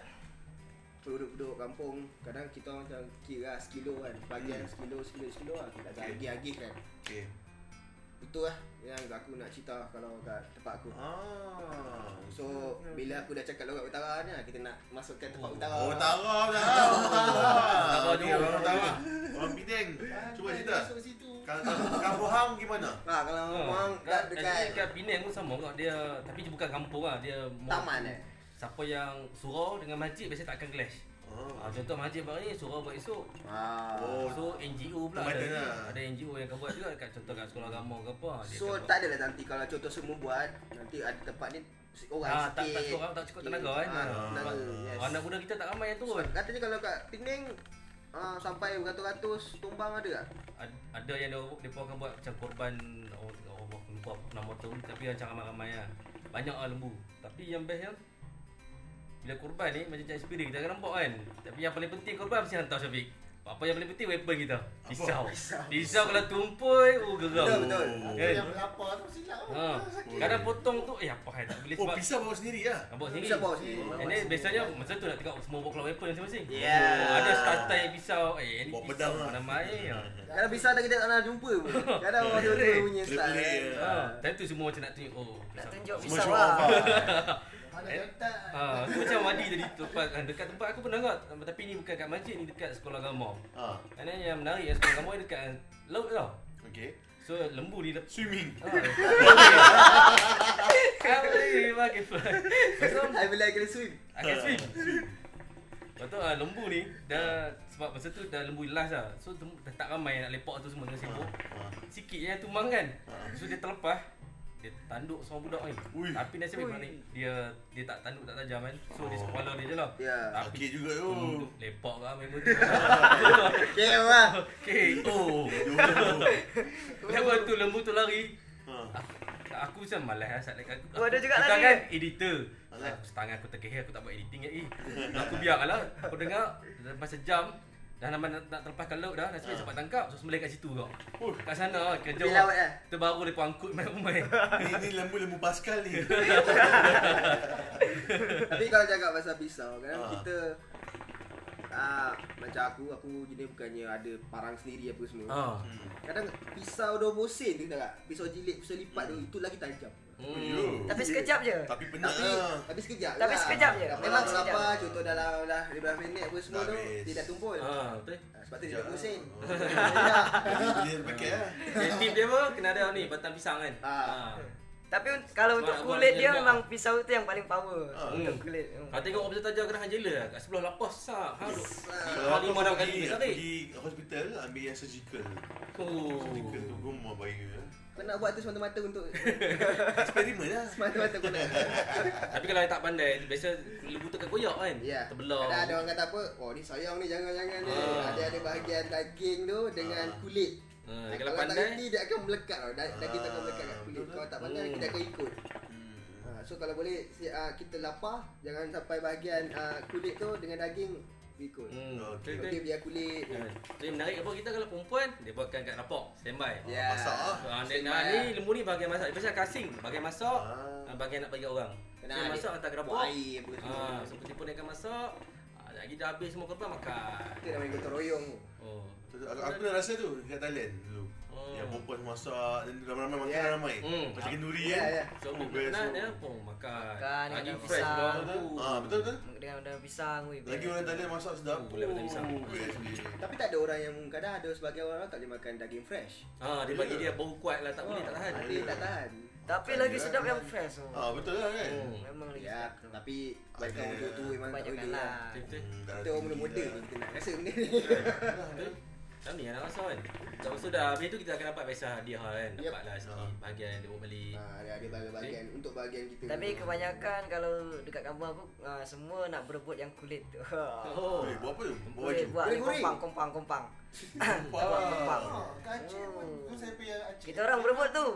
[SPEAKER 3] Penduduk-penduduk kampung Kadang kita orang macam Kira lah sekilo kan Bagian
[SPEAKER 2] Hmm.
[SPEAKER 3] sekilo Sekilo sekilo lah Kita akan
[SPEAKER 2] Okay.
[SPEAKER 3] agih-agih kan
[SPEAKER 2] Okay.
[SPEAKER 3] Itu lah Yang aku nak cerita Kalau kat tempat aku
[SPEAKER 2] Ah.
[SPEAKER 3] So Bila aku dah cakap logat utara ni lah, Kita nak Masukkan tempat utara
[SPEAKER 2] Oh, tarah dah.
[SPEAKER 3] ah.
[SPEAKER 2] Oh, tarah. Okey, Orang tarah. Orang Penang. Cuba cerita.
[SPEAKER 6] Masuk situ.
[SPEAKER 2] Kalau kau faham gimana?
[SPEAKER 3] Ha, kalau orang kat
[SPEAKER 4] Oh. Kan, Actually
[SPEAKER 3] dekat
[SPEAKER 4] kat Penang pun sama pula dia tapi dia bukan kampung lah dia
[SPEAKER 3] Taman eh
[SPEAKER 4] Siapa yang surau dengan masjid biasa tak akan clash.
[SPEAKER 2] Ah.
[SPEAKER 4] Ah, contoh masjid baru ni surau buat esok.
[SPEAKER 3] Ah.
[SPEAKER 2] Oh,
[SPEAKER 4] So NGO pula
[SPEAKER 2] Tempatan
[SPEAKER 4] ada,
[SPEAKER 2] lah.
[SPEAKER 4] ada NGO yang kau buat juga dekat contoh kat sekolah agama ke apa. dia
[SPEAKER 3] So
[SPEAKER 4] akan buat.
[SPEAKER 3] tak adalah nanti kalau contoh semua buat nanti ada tempat ni orang
[SPEAKER 4] Ah,
[SPEAKER 3] sikit.
[SPEAKER 4] tak- tak cukup orang, tak cukup tenaga kan?
[SPEAKER 3] Ah,
[SPEAKER 4] Ah.
[SPEAKER 3] tenaga. Yes.
[SPEAKER 4] Orang anak muda kita tak ramai yang turun.
[SPEAKER 3] Katanya kalau kat Penang ah, sampai beratus-ratus tumbang ada tak?
[SPEAKER 4] Ad- ada yang dia, dia akan buat macam korban orang orang aku lupa apa nama tu tapi macam ramai-ramai lah. Banyak lah lembu. Tapi yang best yang bila korban ni macam cakap spirit kita akan nampak kan. Tapi yang paling penting korban mesti hantar Syafiq. Apa yang paling penting weapon kita. Pisau. Pisau kalau tumpul, oh geram.
[SPEAKER 3] Betul, betul.
[SPEAKER 6] Ada
[SPEAKER 4] Kan?
[SPEAKER 6] yang berlapar tu silap
[SPEAKER 4] Ha.
[SPEAKER 5] Ah.
[SPEAKER 6] lah. Sakit.
[SPEAKER 5] Kan?
[SPEAKER 4] Kadang potong tu eh apa hal tak boleh
[SPEAKER 2] Oh,
[SPEAKER 4] sebab
[SPEAKER 2] pisau bawa sendiri lah.
[SPEAKER 4] nampak sendiri.
[SPEAKER 3] Bisa bawa sini.
[SPEAKER 4] And then biasanya masa tu nak tengok semua buat keluar weapon masing-masing.
[SPEAKER 3] Ya.
[SPEAKER 4] Oh, ada starter yang pisau. Eh, ni
[SPEAKER 2] Bawa
[SPEAKER 4] pisau
[SPEAKER 2] pedang lah.
[SPEAKER 4] mana main. ah.
[SPEAKER 3] Kalau bisa tak kita tak nak jumpa pun. Kadang orang tu
[SPEAKER 2] Triple A.
[SPEAKER 3] punya style.
[SPEAKER 2] Triple A,
[SPEAKER 3] kan?
[SPEAKER 2] ya.
[SPEAKER 4] Ha, time tu semua macam nak tunjuk oh.
[SPEAKER 7] Nak
[SPEAKER 4] pisau.
[SPEAKER 7] tunjuk
[SPEAKER 2] Semua
[SPEAKER 7] pisau
[SPEAKER 2] show off
[SPEAKER 7] lah.
[SPEAKER 2] lah.
[SPEAKER 6] Mana jantan.
[SPEAKER 4] Ah, tu macam Wadi tadi tempat ah, dekat tempat aku pernah kot. Tapi ni bukan kat masjid, ni dekat sekolah agama.
[SPEAKER 2] Ah,
[SPEAKER 4] And then yang menarik yang sekolah agama ni dekat laut tau.
[SPEAKER 2] okay.
[SPEAKER 4] So lembu Ah, ni lepas
[SPEAKER 2] Swimming.
[SPEAKER 4] Kau ni pakai fly. So
[SPEAKER 3] I will like to swim.
[SPEAKER 4] I can swim. Lepas tu ah, lembu ni dah sebab masa tu dah lembu last lah. So tem- dah tak ramai yang nak lepak tu semua tengah sibuk.
[SPEAKER 2] Ah.
[SPEAKER 4] Sikit je yang tumbang kan. So dia terlepas dia tanduk seorang budak ni.
[SPEAKER 2] Ui.
[SPEAKER 4] Tapi nasib baik ni dia dia tak tanduk tak tajam kan. So dia
[SPEAKER 2] Oh.
[SPEAKER 4] kepala dia je lah.
[SPEAKER 3] Ya.
[SPEAKER 4] Tapi
[SPEAKER 2] Okey juga tu.
[SPEAKER 4] Oh. Lepak lah member tu.
[SPEAKER 3] Okay, lah.
[SPEAKER 4] Okay. Oh. Lepas tu lembu tu lari.
[SPEAKER 2] Ah.
[SPEAKER 4] Aku macam malas lah Sat. aku,
[SPEAKER 7] Oh, ada juga
[SPEAKER 4] kita
[SPEAKER 7] lari
[SPEAKER 4] kan editor
[SPEAKER 2] Alah.
[SPEAKER 4] Aku tangan aku terkehil Aku tak buat editing lagi Aku biarkan lah Aku dengar Lepas sejam Dah nama nak, nak terlepas laut dah Nasib
[SPEAKER 2] Ah.
[SPEAKER 4] baik cepat tangkap So sembelih kat situ kau
[SPEAKER 2] Oh.
[SPEAKER 4] Kat sana kerja
[SPEAKER 3] Pergi laut lah.
[SPEAKER 4] Tu baru lepas angkut main-main
[SPEAKER 2] Ni ni lembu-lembu Pascal ni.
[SPEAKER 3] Tapi kalau cakap pasal pisau, kadang
[SPEAKER 2] Ah.
[SPEAKER 3] kita ah, macam aku, aku jenis bukannya ada parang sendiri apa semua.
[SPEAKER 4] ah.
[SPEAKER 2] Hmm.
[SPEAKER 3] Kadang pisau 20 sen tu tak? Pisau jilid, pisau lipat tu, itu lagi tajam.
[SPEAKER 2] Oh,
[SPEAKER 4] Hmm.
[SPEAKER 2] Yo.
[SPEAKER 7] Tapi sekejap je.
[SPEAKER 2] Tapi penat
[SPEAKER 3] Tapi,
[SPEAKER 2] lah.
[SPEAKER 3] tapi sekejap
[SPEAKER 7] Tapi
[SPEAKER 3] lah.
[SPEAKER 7] sekejap je.
[SPEAKER 3] Memang
[SPEAKER 7] Memang
[SPEAKER 3] sekejap.
[SPEAKER 7] sekejap.
[SPEAKER 3] contoh dalam dah 15 minit apa semua
[SPEAKER 2] Dah
[SPEAKER 3] tu,
[SPEAKER 2] habis.
[SPEAKER 3] dia dah tumpul.
[SPEAKER 4] Ah, betul.
[SPEAKER 3] Ah, sebab tu dia
[SPEAKER 2] Sekejap
[SPEAKER 3] 20 sen.
[SPEAKER 2] lah.
[SPEAKER 3] Sekejap.
[SPEAKER 2] Dia pakai lah.
[SPEAKER 4] Yang tip dia apa? Kena ada ni batang pisang kan.
[SPEAKER 3] Ah.
[SPEAKER 4] Ah.
[SPEAKER 7] Tapi un- kalau untuk
[SPEAKER 4] Sebab
[SPEAKER 7] kulit
[SPEAKER 4] abang
[SPEAKER 7] dia
[SPEAKER 4] dia
[SPEAKER 7] memang pisau tu yang paling power.
[SPEAKER 2] Ah.
[SPEAKER 7] Untuk kulit.
[SPEAKER 4] Kau tengok orang tajam kena hanjela lah. Kat sebelah lapas sah. Ha.
[SPEAKER 2] Kalau
[SPEAKER 4] Kali
[SPEAKER 2] aku
[SPEAKER 4] lima dah
[SPEAKER 2] Ah, pergi,
[SPEAKER 4] kali
[SPEAKER 2] aku
[SPEAKER 4] tarik.
[SPEAKER 2] pergi hospital ambil yang surgical.
[SPEAKER 4] Oh.
[SPEAKER 2] Surgical tu gemar bayi ya.
[SPEAKER 3] Kau nak buat tu semata-mata untuk
[SPEAKER 2] Eksperimen lah.
[SPEAKER 3] semata-mata kau nak.
[SPEAKER 4] Tapi kalau yang tak pandai, biasa lembu tu akan koyak kan.
[SPEAKER 3] Ya.
[SPEAKER 4] Terbelah.
[SPEAKER 3] Kadang ada orang kata apa, oh ni sayang ni jangan-jangan ni.
[SPEAKER 4] Ah.
[SPEAKER 3] Ada ada bahagian daging tu dengan
[SPEAKER 2] Ah.
[SPEAKER 3] kulit.
[SPEAKER 4] Ha,
[SPEAKER 3] Ah,
[SPEAKER 4] kalau
[SPEAKER 3] kalau tak
[SPEAKER 4] pandai,
[SPEAKER 3] reti dia akan melekat tau. Da- Daging tu akan
[SPEAKER 2] Ah,
[SPEAKER 3] melekat kat kulit.
[SPEAKER 2] betul
[SPEAKER 3] Kalau tak pandai
[SPEAKER 4] Hmm.
[SPEAKER 3] kita akan ikut.
[SPEAKER 2] Hmm.
[SPEAKER 3] Ah, so kalau boleh si- ah, kita lapar, jangan sampai bahagian ah, kulit tu dengan daging ikut.
[SPEAKER 4] hmm,
[SPEAKER 2] Okey.
[SPEAKER 4] betul
[SPEAKER 3] Dia
[SPEAKER 4] betul.
[SPEAKER 3] biar kulit.
[SPEAKER 4] Ha, tu yang menarik apa kita kalau perempuan, dia buatkan kat rapok, standby.
[SPEAKER 2] Ya. masak lah.
[SPEAKER 4] So, ah, dia-
[SPEAKER 3] ya.
[SPEAKER 4] nah, ni lembu ni bahagian masak. Dia pasal kasing, bahagian masak,
[SPEAKER 2] Ah.
[SPEAKER 4] ah. bahagian nak bagi orang.
[SPEAKER 3] Kena ada-
[SPEAKER 4] Kena so,
[SPEAKER 3] Oh. Ah.
[SPEAKER 4] masak hantar ke rapok.
[SPEAKER 3] Buat air apa semua.
[SPEAKER 4] Ha, seperti pun dia akan masak. Ah, lagi dah habis semua korban makan.
[SPEAKER 3] Kita namanya gotong royong. tu.
[SPEAKER 4] Oh.
[SPEAKER 2] Tu- tu- Aku, aku dah rasa tu dekat Thailand dulu.
[SPEAKER 4] Oh.
[SPEAKER 2] Yang perempuan masak, dan ramai-ramai makan
[SPEAKER 3] Yeah.
[SPEAKER 2] ramai.
[SPEAKER 4] Hmm.
[SPEAKER 2] Macam kenduri
[SPEAKER 3] Yeah,
[SPEAKER 2] kan.
[SPEAKER 3] yeah.
[SPEAKER 4] So,
[SPEAKER 2] Oh,
[SPEAKER 4] oh,
[SPEAKER 2] best
[SPEAKER 4] penat
[SPEAKER 2] tu.
[SPEAKER 4] dia, pun makan.
[SPEAKER 7] Makan,
[SPEAKER 4] Lagi
[SPEAKER 7] makan
[SPEAKER 4] fresh
[SPEAKER 7] pisang.
[SPEAKER 4] bawang
[SPEAKER 2] Betul?
[SPEAKER 4] tu.
[SPEAKER 2] Ah, betul betul.
[SPEAKER 7] Dengan dengan pisang weh.
[SPEAKER 2] Lagi orang Thailand masak sedap.
[SPEAKER 4] Oh, boleh macam pisang.
[SPEAKER 2] Oh, best ni.
[SPEAKER 3] Tapi tak ada orang yang kadang ada sebagai orang tak boleh makan daging fresh.
[SPEAKER 4] Ha, dia bagi dia bau kuat lah, tak
[SPEAKER 3] Ya.
[SPEAKER 4] boleh tak tahan.
[SPEAKER 3] Ada yang tak tahan.
[SPEAKER 7] Tapi
[SPEAKER 2] Makan
[SPEAKER 7] lagi
[SPEAKER 2] je
[SPEAKER 7] sedap
[SPEAKER 2] lah.
[SPEAKER 7] yang fresh tu.
[SPEAKER 2] Ah, betul lah kan.
[SPEAKER 4] Hmm.
[SPEAKER 7] Memang lagi
[SPEAKER 3] Ya,
[SPEAKER 7] sedap. tu.
[SPEAKER 3] tapi baikan
[SPEAKER 2] Ada.
[SPEAKER 3] untuk tu memang tak boleh
[SPEAKER 7] Kebanyakan
[SPEAKER 3] lah.
[SPEAKER 7] lah.
[SPEAKER 4] Betul.
[SPEAKER 2] Hmm, dah
[SPEAKER 3] Kita orang
[SPEAKER 2] tinggi
[SPEAKER 3] muda-muda
[SPEAKER 2] dah.
[SPEAKER 3] ni kita nak rasa benda ni.
[SPEAKER 4] Betul. Macam ni nak rasa kan Tak pasal dah Habis tu kita akan dapat Biasa hadiah kan
[SPEAKER 3] Yep.
[SPEAKER 4] Dapatlah sikit
[SPEAKER 2] Ah.
[SPEAKER 4] Bahagian dia buat balik
[SPEAKER 3] Ha, ada ada bahagian-bahagian untuk bahagian kita.
[SPEAKER 7] Tapi kebanyakan kalau dekat kampung aku ah, semua nak berebut yang kulit tu. Ha.
[SPEAKER 4] Oh
[SPEAKER 2] Weh, buat apa tu? Buat
[SPEAKER 7] Kulit
[SPEAKER 2] baju.
[SPEAKER 7] buat ni
[SPEAKER 3] Kulit goreng?
[SPEAKER 7] kompang kompang kompang.
[SPEAKER 2] Buat apa?
[SPEAKER 7] Abang kompang.
[SPEAKER 6] Oh, kacik pun.
[SPEAKER 7] Oh.
[SPEAKER 6] Tu saya punya acik.
[SPEAKER 7] Kita orang berebut tu.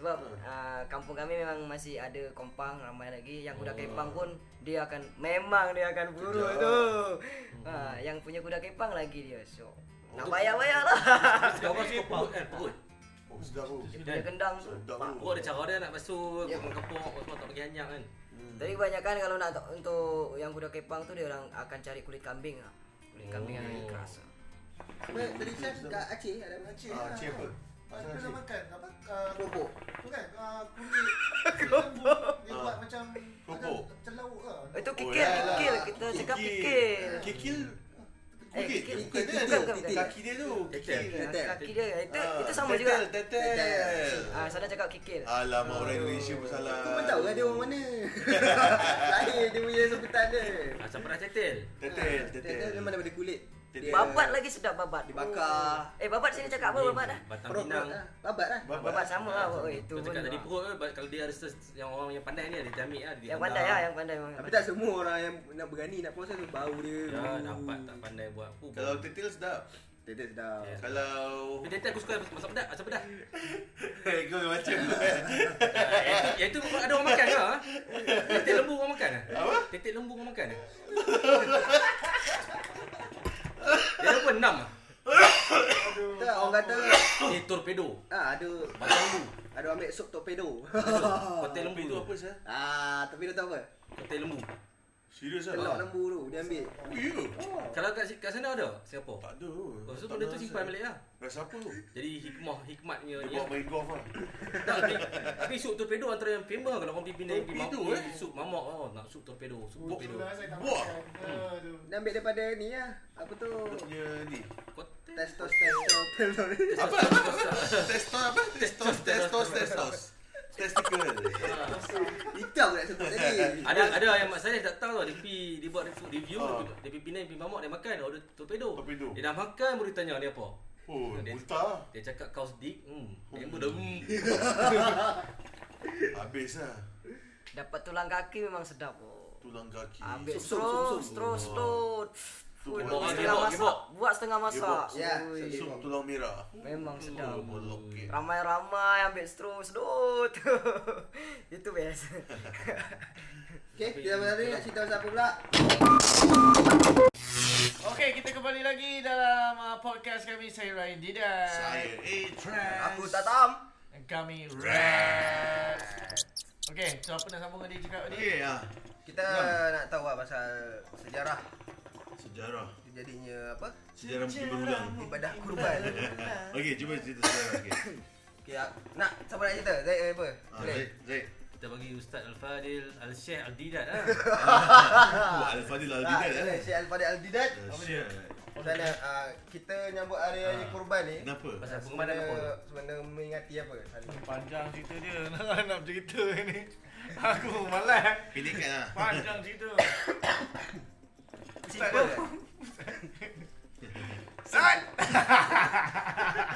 [SPEAKER 7] Sebab ah, kampung kami memang masih ada kompang ramai lagi yang kuda kepang pun dia akan memang dia akan buru
[SPEAKER 2] Kejap.
[SPEAKER 7] tu. Ah, yang punya kuda kepang lagi dia. So, nak
[SPEAKER 4] tu-
[SPEAKER 7] bayar-bayar lah.
[SPEAKER 4] Kau kau suka perut kan Perut
[SPEAKER 2] Oh, sedap tu.
[SPEAKER 7] Dia kendang tu.
[SPEAKER 2] Sedap
[SPEAKER 7] Pak.
[SPEAKER 2] tu.
[SPEAKER 4] Perut ada cara Oh, dia nak basuh
[SPEAKER 7] Yep.
[SPEAKER 4] Kepuk-kepuk Semua tak pergi hanyak kan
[SPEAKER 7] Tapi kebanyakan kalau nak to- untuk yang kuda kepang tu dia orang akan cari kulit kambing lah. Kulit kambing yang
[SPEAKER 4] Oh.
[SPEAKER 7] keras. lah.
[SPEAKER 3] Tadi saya kat Aceh ada Aceh.
[SPEAKER 6] Acik.
[SPEAKER 2] Ah,
[SPEAKER 6] lah.
[SPEAKER 2] acik apa? Oh,
[SPEAKER 6] Lepas tu
[SPEAKER 2] Acik.
[SPEAKER 6] dia makan apa? ah,
[SPEAKER 3] Keropok.
[SPEAKER 6] Tu kan? ah, Kulit. Keropok. Dia
[SPEAKER 2] Ah.
[SPEAKER 6] buat macam macam
[SPEAKER 2] Keropok.
[SPEAKER 6] terlauk lah.
[SPEAKER 7] Eh, Itu
[SPEAKER 2] Oh,
[SPEAKER 7] kikil,
[SPEAKER 2] ya lah.
[SPEAKER 7] kikil. Kita cakap kikil.
[SPEAKER 2] Kikil.
[SPEAKER 7] Eh,
[SPEAKER 2] Kikil.
[SPEAKER 7] kikil.
[SPEAKER 2] Bukan dia
[SPEAKER 3] Kikil,
[SPEAKER 2] tu.
[SPEAKER 7] bukan, bukan.
[SPEAKER 2] Kaki dia tu.
[SPEAKER 4] Tetel.
[SPEAKER 2] Kikil.
[SPEAKER 7] Ah,
[SPEAKER 3] Tetel.
[SPEAKER 7] Kaki dia. Itu
[SPEAKER 2] Ah,
[SPEAKER 7] itu sama
[SPEAKER 2] tetel,
[SPEAKER 7] juga.
[SPEAKER 2] Tetel.
[SPEAKER 7] Ah, sana cakap kikil.
[SPEAKER 2] Alamak orang Indonesia pun salah.
[SPEAKER 3] Aku pun tahu lah dia orang mana. Lain dia punya sebutan dia.
[SPEAKER 4] Macam pernah cetel
[SPEAKER 2] Tetel,
[SPEAKER 3] Ah, Tetel
[SPEAKER 2] tetel.
[SPEAKER 3] memang daripada kulit.
[SPEAKER 2] Tetel.
[SPEAKER 7] Eh, Babat lagi sedap babat.
[SPEAKER 3] Dibakar.
[SPEAKER 7] Eh, babat sini cakap apa babat dah?
[SPEAKER 4] Batang
[SPEAKER 3] Perut
[SPEAKER 4] pinang
[SPEAKER 3] perut lah. Babat lah.
[SPEAKER 2] Babat.
[SPEAKER 7] Babat sama lah. Oh,
[SPEAKER 4] Kau
[SPEAKER 7] itu pun.
[SPEAKER 4] cakap tadi perut eh, ba- Kalau dia ada ses- yang orang yang pandai ni Dia jamik lah dia
[SPEAKER 7] Yang
[SPEAKER 4] hendak.
[SPEAKER 7] pandai lah, yang pandai.
[SPEAKER 3] Tapi tak semua orang yang nak berani nak puasa tu bau dia.
[SPEAKER 4] Ya dapat tak pandai buat aku
[SPEAKER 2] Kalau tetel sedap.
[SPEAKER 3] Tetel sedap.
[SPEAKER 4] Ya.
[SPEAKER 2] Kalau
[SPEAKER 4] Tapi aku suka masak pedas Masak pedas
[SPEAKER 2] Eh, kau macam tu kan?
[SPEAKER 4] Ah, Yang yang itu ada orang makan ke? ha? Tetek lembu orang makan ke?
[SPEAKER 2] Apa?
[SPEAKER 4] Tetek lembu orang makan ah? ke? Dia ada apa? Enam ah?
[SPEAKER 6] Aduh.
[SPEAKER 3] Tak, orang kata lah.
[SPEAKER 4] Eh, torpedo
[SPEAKER 3] ah ada
[SPEAKER 4] Batang lembu
[SPEAKER 3] ada ambil sup torpedo.
[SPEAKER 4] Kotel lembu tu apa?
[SPEAKER 2] sah?
[SPEAKER 3] ah, torpedo tu apa?
[SPEAKER 4] Kotel lembu
[SPEAKER 2] Serius ah?
[SPEAKER 3] Telur lembu tu dia ambil.
[SPEAKER 2] Oh, ya?
[SPEAKER 4] Kalau kat, si- kat sana ada? Singapura
[SPEAKER 2] Tak ada.
[SPEAKER 4] Oh, so
[SPEAKER 2] Tak
[SPEAKER 4] benda tu
[SPEAKER 2] rasa.
[SPEAKER 4] simpan balik lah
[SPEAKER 2] Rasa apa tu?
[SPEAKER 4] Jadi hikmah, hikmatnya
[SPEAKER 2] Dia
[SPEAKER 4] ni
[SPEAKER 2] buat main golf lah.
[SPEAKER 4] Tak, tapi, tapi sup torpedo antara yang famous kalau orang pergi pindah pergi
[SPEAKER 2] Torpedo,
[SPEAKER 4] mamak
[SPEAKER 2] eh?
[SPEAKER 4] eh? Sup mamak oh, nak sup torpedo Sup
[SPEAKER 6] Oh, tu
[SPEAKER 4] torpedo
[SPEAKER 6] lah saya tak
[SPEAKER 2] Wah.
[SPEAKER 6] makan. Aduh.
[SPEAKER 3] Dia ambil daripada ni lah. Apa tu?
[SPEAKER 2] Dia punya ni.
[SPEAKER 4] Kotel
[SPEAKER 3] Testos testosterone.
[SPEAKER 4] Apa?
[SPEAKER 2] Testos apa? Testos, testos, testos. Testicle.
[SPEAKER 3] Itu aku nak sebut tadi.
[SPEAKER 4] Ada ada yang mak saya tak tahu tau dia pergi dia buat refu- review
[SPEAKER 2] Ah.
[SPEAKER 4] dia pergi Penang pergi mamak dia makan order torpedo.
[SPEAKER 2] Torpedo.
[SPEAKER 4] Dia dah makan baru dia tanya ni apa.
[SPEAKER 2] Oh,
[SPEAKER 4] Dia-
[SPEAKER 2] muntah.
[SPEAKER 4] Dia cakap kaos dik. Hmm. Dia pun dah hmm.
[SPEAKER 2] Habis lah.
[SPEAKER 7] Dapat tulang kaki memang sedap. Oh.
[SPEAKER 2] Tulang kaki.
[SPEAKER 7] Ambil
[SPEAKER 3] Sup, sup,
[SPEAKER 7] straw,
[SPEAKER 3] sup, sup.
[SPEAKER 7] straw, straw. Full
[SPEAKER 2] Gebok,
[SPEAKER 7] setengah
[SPEAKER 4] gebok,
[SPEAKER 7] masak.
[SPEAKER 4] gebok.
[SPEAKER 7] Buat setengah masak.
[SPEAKER 2] Gebok,
[SPEAKER 3] sup. Ya,
[SPEAKER 7] Ui,
[SPEAKER 3] sup.
[SPEAKER 2] Sup tulang merah.
[SPEAKER 4] Ya
[SPEAKER 7] Memang sedap.
[SPEAKER 2] Oh, lokek.
[SPEAKER 7] Ramai-ramai ambil straw sedut. Itu best.
[SPEAKER 3] Okay, kita mari nak cerita pasal apa pula?
[SPEAKER 1] Okey, kita kembali lagi dalam uh, podcast kami saya Ryan Didan.
[SPEAKER 2] Saya eh, A-Trans.
[SPEAKER 7] Aku tatam.
[SPEAKER 1] Dan kami Red. Okey, so apa nak sambung tadi cakap tadi?
[SPEAKER 2] Okay ah.
[SPEAKER 3] Kita nak tahu lah pasal sejarah
[SPEAKER 2] Sejarah.
[SPEAKER 3] jadinya apa?
[SPEAKER 2] Sejarah mungkin berulang.
[SPEAKER 3] Ibadah kurban.
[SPEAKER 2] Okey, cuba cerita sejarah. Okay.
[SPEAKER 3] Okey, ah, nak siapa nak cerita? Zaid eh, apa?
[SPEAKER 2] Ah,
[SPEAKER 3] Boleh.
[SPEAKER 2] Zaid, Zaid.
[SPEAKER 4] Kita bagi Ustaz Al-Fadil Al-Syekh Al-Didat lah. Ah.
[SPEAKER 2] Wah, Al-Fadil Al-Didat
[SPEAKER 3] Ah,
[SPEAKER 2] Oh, eh.
[SPEAKER 3] Syekh Al-Fadil Al-Didat.
[SPEAKER 2] Ah, Syekh.
[SPEAKER 3] Dan ah, kita nyambut hari raya
[SPEAKER 2] Ah.
[SPEAKER 3] kurban ni.
[SPEAKER 2] Kenapa?
[SPEAKER 4] Pasal pengumuman
[SPEAKER 3] Sebenarnya
[SPEAKER 4] apa?
[SPEAKER 3] sebenarnya mengingati apa? Hari ni.
[SPEAKER 5] Panjang cerita dia nak nak cerita ni. Aku malas.
[SPEAKER 2] Pendekkan lah.
[SPEAKER 5] Panjang cerita.
[SPEAKER 3] Cerita dia.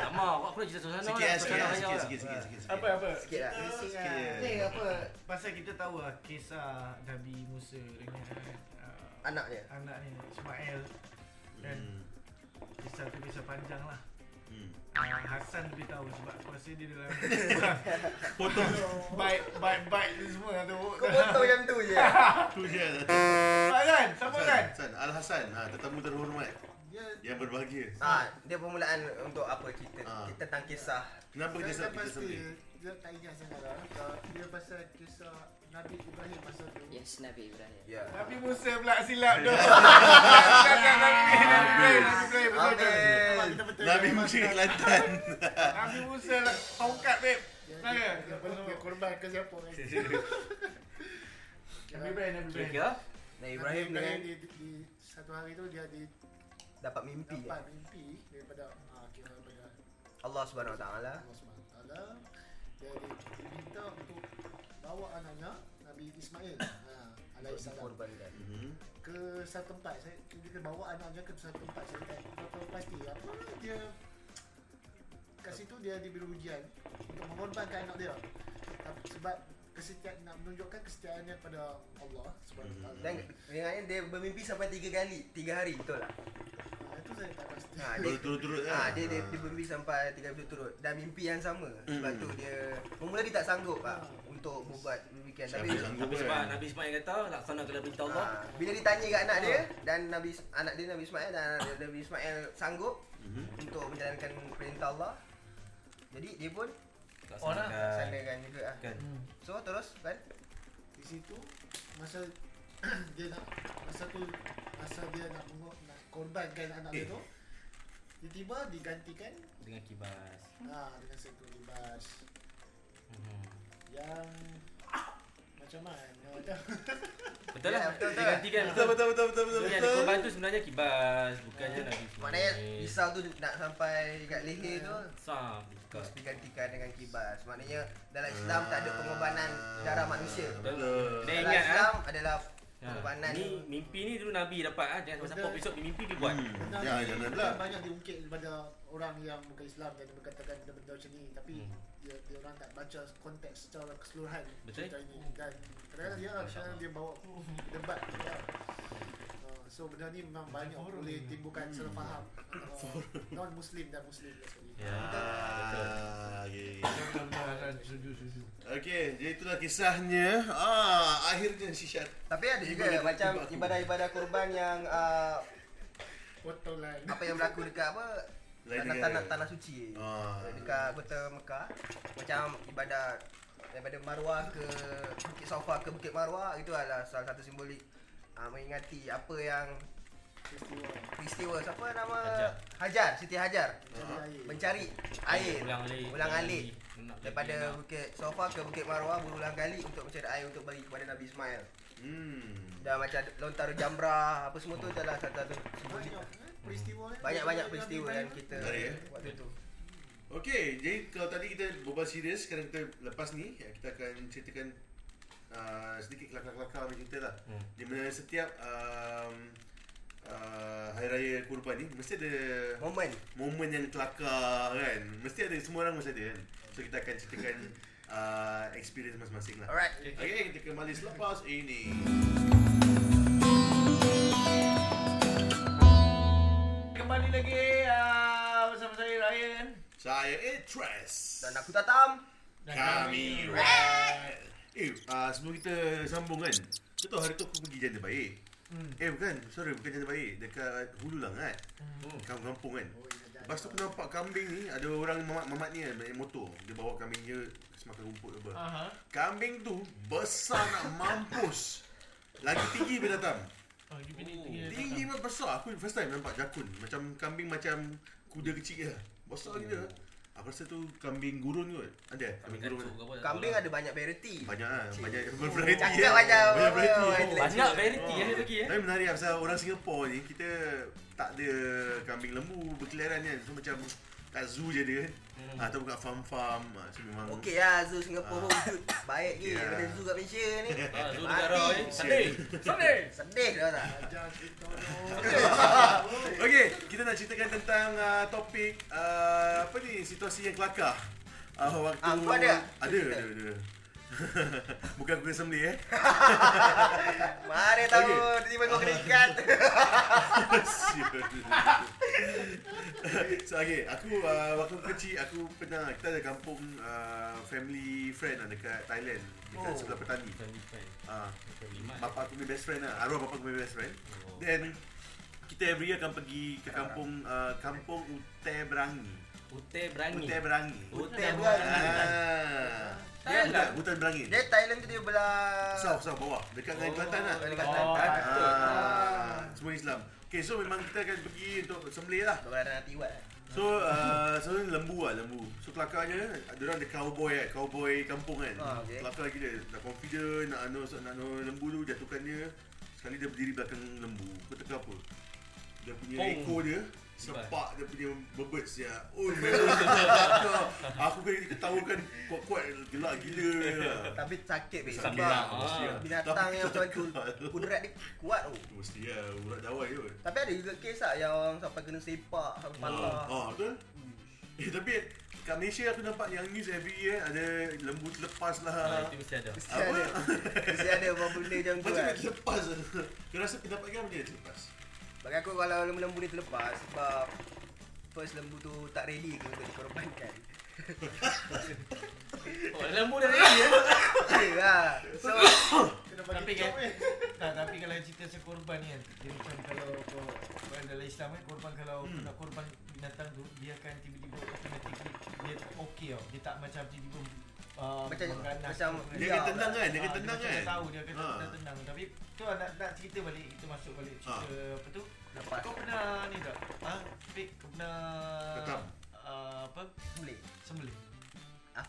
[SPEAKER 4] Lama awak pun cerita suasana.
[SPEAKER 2] Sikit
[SPEAKER 4] lah,
[SPEAKER 2] lah, sikit
[SPEAKER 4] suasana
[SPEAKER 2] lah,
[SPEAKER 4] hanya
[SPEAKER 2] sikit,
[SPEAKER 4] lah.
[SPEAKER 2] sikit, sikit, sikit, sikit.
[SPEAKER 5] Apa apa?
[SPEAKER 3] Sikit lah.
[SPEAKER 6] Bising
[SPEAKER 2] Sikit.
[SPEAKER 6] lah.
[SPEAKER 5] Ni apa? Pasal kita tahu lah kisah Nabi Musa dengan uh,
[SPEAKER 3] Anak dia.
[SPEAKER 5] anak ni Ismail dan
[SPEAKER 2] Hmm.
[SPEAKER 5] kisah tu kisah panjang lah.
[SPEAKER 2] Hmm.
[SPEAKER 5] Ah, Hasan lebih tahu sebab aku rasa dia dalam
[SPEAKER 2] Potong
[SPEAKER 5] baik baik baik tu semua lah tu.
[SPEAKER 3] Kau potong macam tu je.
[SPEAKER 2] tu je.
[SPEAKER 5] Hasan, siapa kan?
[SPEAKER 2] Hasan, Al-Hasan, ha, tetamu terhormat
[SPEAKER 6] Dia
[SPEAKER 2] yang berbahagia.
[SPEAKER 3] Ah, dia permulaan untuk apa kita
[SPEAKER 2] Ah.
[SPEAKER 3] tentang kisah
[SPEAKER 2] Kenapa
[SPEAKER 6] Saya
[SPEAKER 2] kita
[SPEAKER 6] tak
[SPEAKER 2] kita
[SPEAKER 6] pasti.
[SPEAKER 2] sembunyi?
[SPEAKER 6] Dia tak ingat sangat lah. Ah, Dia pasal kisah Nabi Ibrahim masa tu.
[SPEAKER 7] Yes, Nabi Ibrahim.
[SPEAKER 3] Ya.
[SPEAKER 5] Nabi Musa pula silap tu. Kan, Nabi Nabi Nabi Nabi
[SPEAKER 6] Nampak
[SPEAKER 3] Habis.
[SPEAKER 6] kita betul.
[SPEAKER 2] Nabi Musa Kelantan.
[SPEAKER 5] Nabi Musa lah tongkat babe.
[SPEAKER 6] Dia-
[SPEAKER 5] Mana?
[SPEAKER 6] dia- dia belum dia korban ke siapa kan?
[SPEAKER 5] Nabi Ibrahim Nabi Ibrahim.
[SPEAKER 4] Kira-kira.
[SPEAKER 3] Nabi
[SPEAKER 6] Ibrahim
[SPEAKER 3] Ibrahim dengan
[SPEAKER 6] di, di, di satu hari tu dia di
[SPEAKER 3] dapat mimpi ya?
[SPEAKER 6] dapat mimpi ya? daripada ah, kira daripada
[SPEAKER 3] Allah Subhanahu Wa Taala.
[SPEAKER 6] Allah SWT Dia di- diminta untuk bawa anaknya Nabi Ismail ha,
[SPEAKER 3] untuk
[SPEAKER 6] alaihissalam
[SPEAKER 3] dikorbankan.
[SPEAKER 2] Hmm.
[SPEAKER 6] ke satu tempat saya kita bawa anak dia ke satu tempat saya tak tak tahu pasti apa dia kat situ dia diberi ujian untuk mengorbankan anak dia Tapi sebab kesetiaan nak menunjukkan kesetiaannya kepada Allah subhanahu wa
[SPEAKER 3] Dan dengannya dia bermimpi sampai tiga kali, tiga hari betul tak?
[SPEAKER 6] taala itu saya tak pasti
[SPEAKER 3] Ha, dia,
[SPEAKER 2] Berturut-turut
[SPEAKER 3] ha,
[SPEAKER 2] lah.
[SPEAKER 3] dia, dia, dia bermimpi sampai tiga hari turut dan mimpi yang sama. Sebab tu dia mula dia tak sanggup lah untuk buat demikian. Tapi
[SPEAKER 2] Siapa sanggup
[SPEAKER 4] Nabi Ismail,
[SPEAKER 2] kan?
[SPEAKER 4] Nabi Ismail kata laksanakanlah perintah Allah.
[SPEAKER 3] ha, bila ditanya kat anak dia dan Nabi anak dia Nabi Ismail dan anak dia Nabi Ismail sanggup
[SPEAKER 2] Hmm.
[SPEAKER 3] untuk menjalankan perintah Allah. Jadi dia pun
[SPEAKER 2] Oh,
[SPEAKER 4] Laksanakan.
[SPEAKER 3] laksanakan juga lah.
[SPEAKER 4] Kan.
[SPEAKER 3] So terus kan?
[SPEAKER 6] di situ masa dia nak masa tu masa dia nak mengo- nak korbankan anak dia tu tiba-tiba digantikan
[SPEAKER 4] Dengan kibas.
[SPEAKER 6] ah dengan satu libas
[SPEAKER 2] Hmm.
[SPEAKER 4] Mhm.
[SPEAKER 6] yang macam mana macam
[SPEAKER 3] Ya,
[SPEAKER 4] Betul lah.
[SPEAKER 3] betul, betul.
[SPEAKER 4] Digantikan
[SPEAKER 2] Betul betul betul betul betul.
[SPEAKER 4] So, yang
[SPEAKER 2] betul.
[SPEAKER 4] dikorban tu sebenarnya kibas, bukannya Nabi Ismail.
[SPEAKER 3] Maknanya
[SPEAKER 4] Eh.
[SPEAKER 3] pisau tu nak sampai dekat leher tu
[SPEAKER 4] Sah, bukan.
[SPEAKER 3] terus digantikan dengan kibas. Maknanya dalam Islam tak ada pengorbanan darah manusia.
[SPEAKER 2] Betul.
[SPEAKER 4] Dia
[SPEAKER 3] Dalam
[SPEAKER 4] ingat ah.
[SPEAKER 3] Islam adalah
[SPEAKER 4] Ha.
[SPEAKER 3] pengorbanan
[SPEAKER 4] Ni mimpi ni dulu Nabi dapat ah. Jangan siapa
[SPEAKER 6] Betul.
[SPEAKER 4] besok mimpi dia buat.
[SPEAKER 2] Hmm.
[SPEAKER 6] Benar.
[SPEAKER 2] Ya, jangan pula.
[SPEAKER 6] Kan banyak diungkit daripada orang yang bukan Islam dan dia berkatakan benda-benda macam ni tapi
[SPEAKER 4] Hmm.
[SPEAKER 6] dia, dia orang tak baca konteks secara keseluruhan
[SPEAKER 4] Betul.
[SPEAKER 6] cerita ini dan kadang-kadang dia kadang-kadang dia bawa debat ya. Uh, So benda ni memang banyak boleh timbulkan salah faham antara non-Muslim dan Muslim dan sebagainya.
[SPEAKER 4] Ya. Betul.
[SPEAKER 2] Ah, okay, okay.
[SPEAKER 5] Setuju, setuju.
[SPEAKER 2] Okey, jadi itulah kisahnya. Ah, akhirnya si Syar.
[SPEAKER 3] Tapi ada juga
[SPEAKER 2] Ibadah-
[SPEAKER 3] macam
[SPEAKER 2] ibadah aku.
[SPEAKER 3] ibadah-ibadah korban yang uh,
[SPEAKER 6] Potong lain.
[SPEAKER 3] apa yang berlaku dekat apa
[SPEAKER 2] Lain
[SPEAKER 3] tanah,
[SPEAKER 2] negara.
[SPEAKER 3] tanah tanah suci.
[SPEAKER 2] Ah.
[SPEAKER 3] Dekat kota Mekah macam ibadah daripada Marwah ke Bukit Safa ke Bukit Marwah itu adalah salah satu simbolik uh, mengingati apa yang
[SPEAKER 6] Peristiwa
[SPEAKER 3] peristiwa siapa nama
[SPEAKER 4] Hajar.
[SPEAKER 3] Hajar Siti Hajar
[SPEAKER 6] mencari air.
[SPEAKER 3] mencari air
[SPEAKER 4] Ulang alik.
[SPEAKER 3] ulang alik
[SPEAKER 4] Nak
[SPEAKER 3] daripada
[SPEAKER 4] nak-
[SPEAKER 3] Bukit Safa ke Bukit Marwah berulang kali untuk mencari air untuk bagi kepada Nabi Ismail.
[SPEAKER 2] Hmm.
[SPEAKER 3] Dah macam lontar jamrah apa semua tu adalah satu satu simbolik.
[SPEAKER 6] Banyak eh, peristiwa ni.
[SPEAKER 3] Banyak-banyak
[SPEAKER 6] Nabi
[SPEAKER 3] peristiwa
[SPEAKER 6] Ibrahim
[SPEAKER 3] yang kita
[SPEAKER 2] Menarik, eh?
[SPEAKER 3] waktu tu.
[SPEAKER 2] Okey, jadi kalau tadi kita berbual serius, sekarang kita lepas ni ya, kita akan ceritakan uh, sedikit kelakar-kelakar punya cerita lah.
[SPEAKER 4] Hmm.
[SPEAKER 2] Di mana setiap um, uh, Hari Raya Kurban ni mesti ada
[SPEAKER 3] Momen
[SPEAKER 2] momen yang kelakar kan. Mesti ada semua orang mesti ada kan. So kita akan ceritakan uh, experience masing-masing lah.
[SPEAKER 3] Alright.
[SPEAKER 2] Okey, kita kembali selepas ini.
[SPEAKER 1] Kembali lagi ah, bersama saya Ryan.
[SPEAKER 2] Saya Idris.
[SPEAKER 3] dan aku tatam.
[SPEAKER 2] Kami Red. Eh, uh, sebelum kita sambung kan. Kau tahu hari tu aku pergi janda baik. Hmm. Eh bukan, sorry bukan janda baik. Dekat Hulu lah kan. Hmm. Kampung kan. Lepas tu aku nampak kambing ni ada orang mamat-mamat ni kan naik motor. Dia bawa kambing dia semakan rumput apa.
[SPEAKER 5] Aha.
[SPEAKER 2] Kambing tu besar nak mampus. Lagi tinggi bila datang.
[SPEAKER 5] Oh, you bini
[SPEAKER 4] Oh.
[SPEAKER 5] tinggi.
[SPEAKER 2] Tinggi memang besar. Aku first time nampak jakun. Macam kambing macam kuda kecil lah. Besar gila. Aku rasa tu kambing gurun kot. Ada eh?
[SPEAKER 4] Kambing
[SPEAKER 2] kambing gurun.
[SPEAKER 4] kacau ke apa, tak
[SPEAKER 3] Kambing
[SPEAKER 4] tahu lah.
[SPEAKER 3] ada banyak variety.
[SPEAKER 2] Banyak lah. Banyak variety.
[SPEAKER 3] Cakap
[SPEAKER 2] eh.
[SPEAKER 3] macam
[SPEAKER 2] Banyak variety. eh.
[SPEAKER 4] Banyak variety
[SPEAKER 2] Oh.
[SPEAKER 4] yang dia bagi eh.
[SPEAKER 2] Tapi menarik lah pasal orang Singapura ni kita tak ada kambing lembu berkeliaran kan. So macam kat zoo je dia kan.
[SPEAKER 4] Hmm.
[SPEAKER 2] Ah, atau kat farm-farm. Ah, so memang
[SPEAKER 3] Okey lah Zoo Singapura pun baik
[SPEAKER 2] Okey
[SPEAKER 3] je
[SPEAKER 2] lah.
[SPEAKER 3] daripada zoo kat Malaysia ni.
[SPEAKER 4] Ah, Zul
[SPEAKER 3] Mati.
[SPEAKER 4] negara eh. Sunday. Sunday.
[SPEAKER 3] Sedih tau tak?
[SPEAKER 6] Ajar kita tolong.
[SPEAKER 2] Okey, kita nak ceritakan tentang uh, topik uh, apa ni situasi yang kelakar. Uh, waktu
[SPEAKER 3] Ah, kau ada?
[SPEAKER 2] Ada,
[SPEAKER 3] Cerita.
[SPEAKER 2] ada, ada. Bukan aku kena sembelih eh.
[SPEAKER 3] Mana tahu
[SPEAKER 2] Okey.
[SPEAKER 3] tiba-tiba kau kena ikat.
[SPEAKER 2] Sial. so okay, aku uh, waktu aku kecil aku pernah kita ada kampung uh, family friend lah dekat Thailand dekat
[SPEAKER 3] Oh.
[SPEAKER 2] sebelah petani.
[SPEAKER 4] Bukan Ifan,
[SPEAKER 2] Ah,
[SPEAKER 4] bukan Iman.
[SPEAKER 2] bapa aku punya best friend lah, arwah bapa aku punya best friend.
[SPEAKER 4] Oh.
[SPEAKER 2] Then kita every year akan pergi ke kampung uh, kampung Utai Berangi.
[SPEAKER 4] Utai berani.
[SPEAKER 2] Utai Berangi.
[SPEAKER 4] Utai
[SPEAKER 3] Utai
[SPEAKER 4] berani.
[SPEAKER 2] Ah.
[SPEAKER 4] Thailand.
[SPEAKER 2] Dia hutan, hutan Berangi.
[SPEAKER 3] Dia Thailand tu dia belah
[SPEAKER 2] South, south bawah. Dekat dengan
[SPEAKER 4] Oh.
[SPEAKER 2] Kelantan lah.
[SPEAKER 3] dekat
[SPEAKER 5] Oh,
[SPEAKER 3] Kelantan.
[SPEAKER 2] Ah, semua Islam. Okay, so memang kita akan pergi untuk sembelih lah.
[SPEAKER 3] Bukan nanti buat.
[SPEAKER 2] So, uh, so lembu lah, lembu. So, kelakarnya, diorang ada cowboy kan, cowboy kampung kan.
[SPEAKER 3] Ah, okay.
[SPEAKER 2] Kelakar gila, dah confident, nak anu, nak anu lembu tu, jatuhkan dia. Sekali dia berdiri belakang lembu, kau teka apa? Dia punya
[SPEAKER 4] Pong.
[SPEAKER 2] ekor dia, Sepak dia punya bebet siap Oh memang kelakar Aku kena diketawakan kuat-kuat gelak gila
[SPEAKER 3] Tapi sakit weh
[SPEAKER 2] Sakit
[SPEAKER 3] sebab
[SPEAKER 2] lah, mesti lah.
[SPEAKER 3] Binatang yang macam tu
[SPEAKER 2] Kelakar.
[SPEAKER 3] Kudrat dia kuat tu
[SPEAKER 2] Itu mesti lah urat dawai tu
[SPEAKER 3] Tapi ada juga kes lah yang orang sampai kena sepak Sampai
[SPEAKER 2] Ah,
[SPEAKER 3] patah
[SPEAKER 2] ah, betul Eh tapi kat Malaysia aku nampak yang news every year Ada lembu terlepas lah
[SPEAKER 4] Ah, itu mesti ada.
[SPEAKER 3] Mesti
[SPEAKER 2] Apa?
[SPEAKER 3] ada Mesti ada benda-benda macam tu
[SPEAKER 2] Macam
[SPEAKER 3] kan
[SPEAKER 2] mana terlepas Kau rasa pendapat kau macam mana terlepas
[SPEAKER 3] Bagi aku kalau lembu-lembu ni terlepas sebab First lembu tu tak ready ke untuk dikorbankan
[SPEAKER 4] Oh, lembu dah ready ya.
[SPEAKER 3] Ada lah So
[SPEAKER 6] Kena
[SPEAKER 5] Tapi
[SPEAKER 6] bagi
[SPEAKER 5] kan
[SPEAKER 6] cop eh.
[SPEAKER 5] tak, Tapi kalau cerita pasal korban ni kan Dia macam kalau kau kalau Dalam Islam kan korban kalau hmm. nak korban binatang tu Dia akan tiba-tiba automatically Dia tak okey tau Dia tak macam tiba-tiba uh,
[SPEAKER 3] Macam-
[SPEAKER 5] mengganas
[SPEAKER 3] macam-
[SPEAKER 5] ke.
[SPEAKER 2] Dia
[SPEAKER 3] Ya,
[SPEAKER 2] akan tendang kan Dia akan
[SPEAKER 5] Ah,
[SPEAKER 2] tendang
[SPEAKER 5] macam
[SPEAKER 2] kan
[SPEAKER 5] Dia tahu dia akan
[SPEAKER 2] Ah.
[SPEAKER 5] tendang-tendang Tapi tu lah nak, nak cerita balik Kita masuk balik cerita apa tu
[SPEAKER 3] Lepas
[SPEAKER 5] Kau pernah ni tak? Ha? Fik, kau pernah
[SPEAKER 2] Ketam.
[SPEAKER 5] uh, Apa?
[SPEAKER 3] sembelih
[SPEAKER 5] Sembelih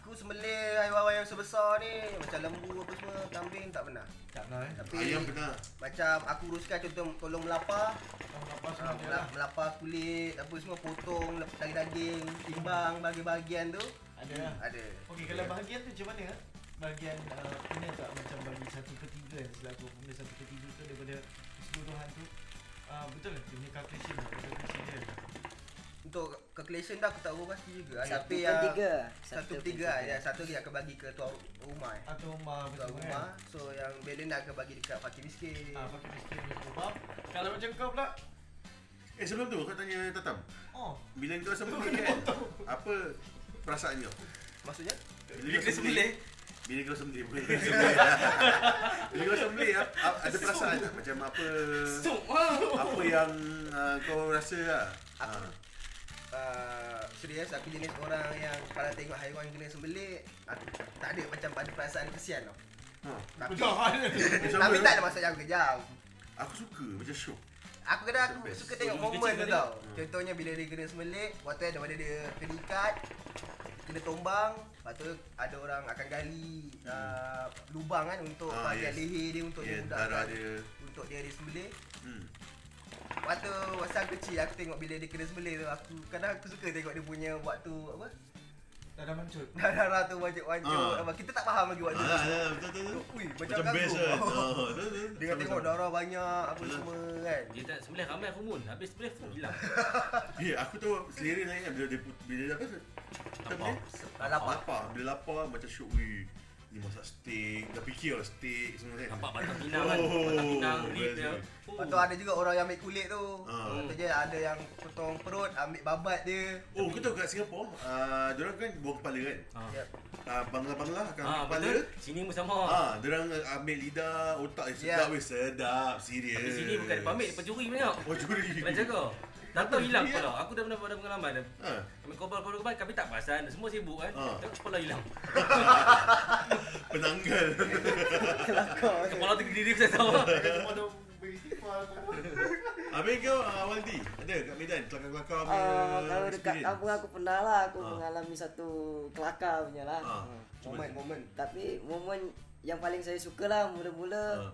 [SPEAKER 3] Aku sembelih haiwan-haiwan yang sebesar ni Macam lembu apa semua Kambing tak pernah
[SPEAKER 5] Tak pernah eh
[SPEAKER 3] Tapi
[SPEAKER 2] Ayam pernah
[SPEAKER 3] Macam aku uruskan contoh Tolong melapar
[SPEAKER 5] Kau apa
[SPEAKER 3] ah,
[SPEAKER 5] semua dia
[SPEAKER 3] mela-
[SPEAKER 5] lah
[SPEAKER 3] Melapar kulit Apa semua Potong lep- Daging-daging Timbang Bahagian-bahagian tu
[SPEAKER 5] Ada lah
[SPEAKER 3] Ada
[SPEAKER 5] Okey, kalau bahagian tu macam mana? eh? Bahagian uh, kena tak macam bagi satu per tiga kan Selaku aku benda satu per tiga tu daripada keseluruhan tu uh, Betul lah, dia punya calculation lah Calculation dia
[SPEAKER 3] Untuk calculation tu aku tak tahu pasti juga
[SPEAKER 7] Satu
[SPEAKER 3] Tapi
[SPEAKER 7] per
[SPEAKER 3] yang
[SPEAKER 7] tiga.
[SPEAKER 3] Satu per tiga lah. Ya, Satu dia akan bagi ke tuan rumah eh.
[SPEAKER 5] Atau rumah
[SPEAKER 3] Tuan
[SPEAKER 5] betul
[SPEAKER 3] rumah
[SPEAKER 5] kan
[SPEAKER 3] So yang balance nak akan bagi dekat fakir miskin
[SPEAKER 5] Ah, pakai miskin ni sebab Kalau macam kau pula
[SPEAKER 2] Eh sebelum tu kau tanya Tatam
[SPEAKER 5] Oh,
[SPEAKER 2] Bila kau sembelih kan Apa perasaan kau
[SPEAKER 3] Maksudnya
[SPEAKER 4] Bila kena sembelih,
[SPEAKER 2] Bila kau sembelih Bila kau sembelih Bila kau sembelih ap- ap- Ada perasaan tak Macam apa
[SPEAKER 4] suk. ah.
[SPEAKER 2] Apa yang ah, kau rasa lah
[SPEAKER 3] Aku
[SPEAKER 2] Ah.
[SPEAKER 3] uh, Serius aku jenis orang yang Kalau tengok haiwan kena sembelit Aku tak ada macam ada perasaan kesian tau
[SPEAKER 2] Ha.
[SPEAKER 3] Tapi,
[SPEAKER 5] jahat
[SPEAKER 2] Eh, sama.
[SPEAKER 3] tapi tak ada maksud aku kejam
[SPEAKER 2] Aku suka macam syok
[SPEAKER 3] Aku kadang aku
[SPEAKER 2] Best. Hmm.
[SPEAKER 3] suka tengok momen
[SPEAKER 4] Oh, kecil
[SPEAKER 3] tu
[SPEAKER 4] tadi.
[SPEAKER 3] tau Contohnya bila dia kena sembelit Waktu ada pada dia kena ikat Kena tombang Lepas tu ada orang akan gali uh, Lubang kan untuk
[SPEAKER 2] Hmm. Ah,
[SPEAKER 3] bahagian
[SPEAKER 2] yes.
[SPEAKER 3] leher dia Untuk
[SPEAKER 2] Ya
[SPEAKER 3] dia
[SPEAKER 2] darah
[SPEAKER 3] mudahkan
[SPEAKER 2] dia
[SPEAKER 3] Untuk dia disembelih
[SPEAKER 2] hmm.
[SPEAKER 3] Waktu masa aku kecil aku tengok bila dia kena sembelih tu aku kadang aku suka tengok dia punya waktu apa
[SPEAKER 5] Dah dah mancul
[SPEAKER 3] darah tu wajuk-wajuk
[SPEAKER 2] Ah.
[SPEAKER 3] apa kita tak faham lagi waktu tu.
[SPEAKER 2] Ah, ah, betul betul betul.
[SPEAKER 3] Ui, macam,
[SPEAKER 2] Macam best kan Ah, betul, betul.
[SPEAKER 3] Dia tengok
[SPEAKER 2] Sama-sama.
[SPEAKER 3] darah banyak apa
[SPEAKER 2] Yalah.
[SPEAKER 3] semua kan.
[SPEAKER 4] Dia tak sembelih ramai kumun. Habis sembelih full hilang.
[SPEAKER 2] Ya aku tahu selera saya bila dia put- bila dia apa tu? Macam Ah,
[SPEAKER 4] Lapar.
[SPEAKER 3] Dah lapar.
[SPEAKER 2] Lapar Bila lapar macam syok weh Ni masak steak Dah fikir lah steak semua kan
[SPEAKER 4] Nampak batang pinang kan.
[SPEAKER 2] Oh,
[SPEAKER 4] Batang pinang, rib
[SPEAKER 2] best,
[SPEAKER 4] dia.
[SPEAKER 2] best.
[SPEAKER 4] Oh.
[SPEAKER 3] Lepas tu ada juga orang yang ambil kulit tu.
[SPEAKER 2] Ah.
[SPEAKER 3] Lepas tu je ada yang potong perut, ambil babat dia.
[SPEAKER 2] Oh kau tahu kat Singapura uh, Diorang kan buang kepala kan
[SPEAKER 4] Ah.
[SPEAKER 3] Yep.
[SPEAKER 2] uh, Bangla-bangla akan ambil
[SPEAKER 4] Ah,
[SPEAKER 2] kepala
[SPEAKER 4] betul. Sini pun sama.
[SPEAKER 2] Ah, diorang ambil lidah, otak dia
[SPEAKER 3] Ya.
[SPEAKER 2] sedap weh, sedap, serius.
[SPEAKER 4] Di sini bukan dia pamit, dia pencuri banyak.
[SPEAKER 2] Oh, curi.
[SPEAKER 4] Nak jaga. Tak tahu hilang kepala. Aku dah pernah ada pengalaman.
[SPEAKER 2] Ha.
[SPEAKER 4] Kami korban-korban, kami tak perasan. Semua sibuk kan.
[SPEAKER 2] Ah.
[SPEAKER 4] Tapi kepala hilang.
[SPEAKER 2] Penanggal. Ah.
[SPEAKER 4] Kepala tu diri saya tahu.
[SPEAKER 6] Semua dah beristighfar apa pun.
[SPEAKER 5] Eh,
[SPEAKER 2] Habis kau uh, Waldi, ada kat Medan kelakar-kelakar punya
[SPEAKER 7] Ah, kalau dekat
[SPEAKER 2] experience?
[SPEAKER 7] kampung aku pernah lah aku
[SPEAKER 2] Ah.
[SPEAKER 7] mengalami satu kelakar punya lah.
[SPEAKER 2] Ah, macam
[SPEAKER 3] Momen,
[SPEAKER 2] mana?
[SPEAKER 3] momen.
[SPEAKER 7] Tapi momen yang paling saya suka lah mula-mula
[SPEAKER 2] Ah.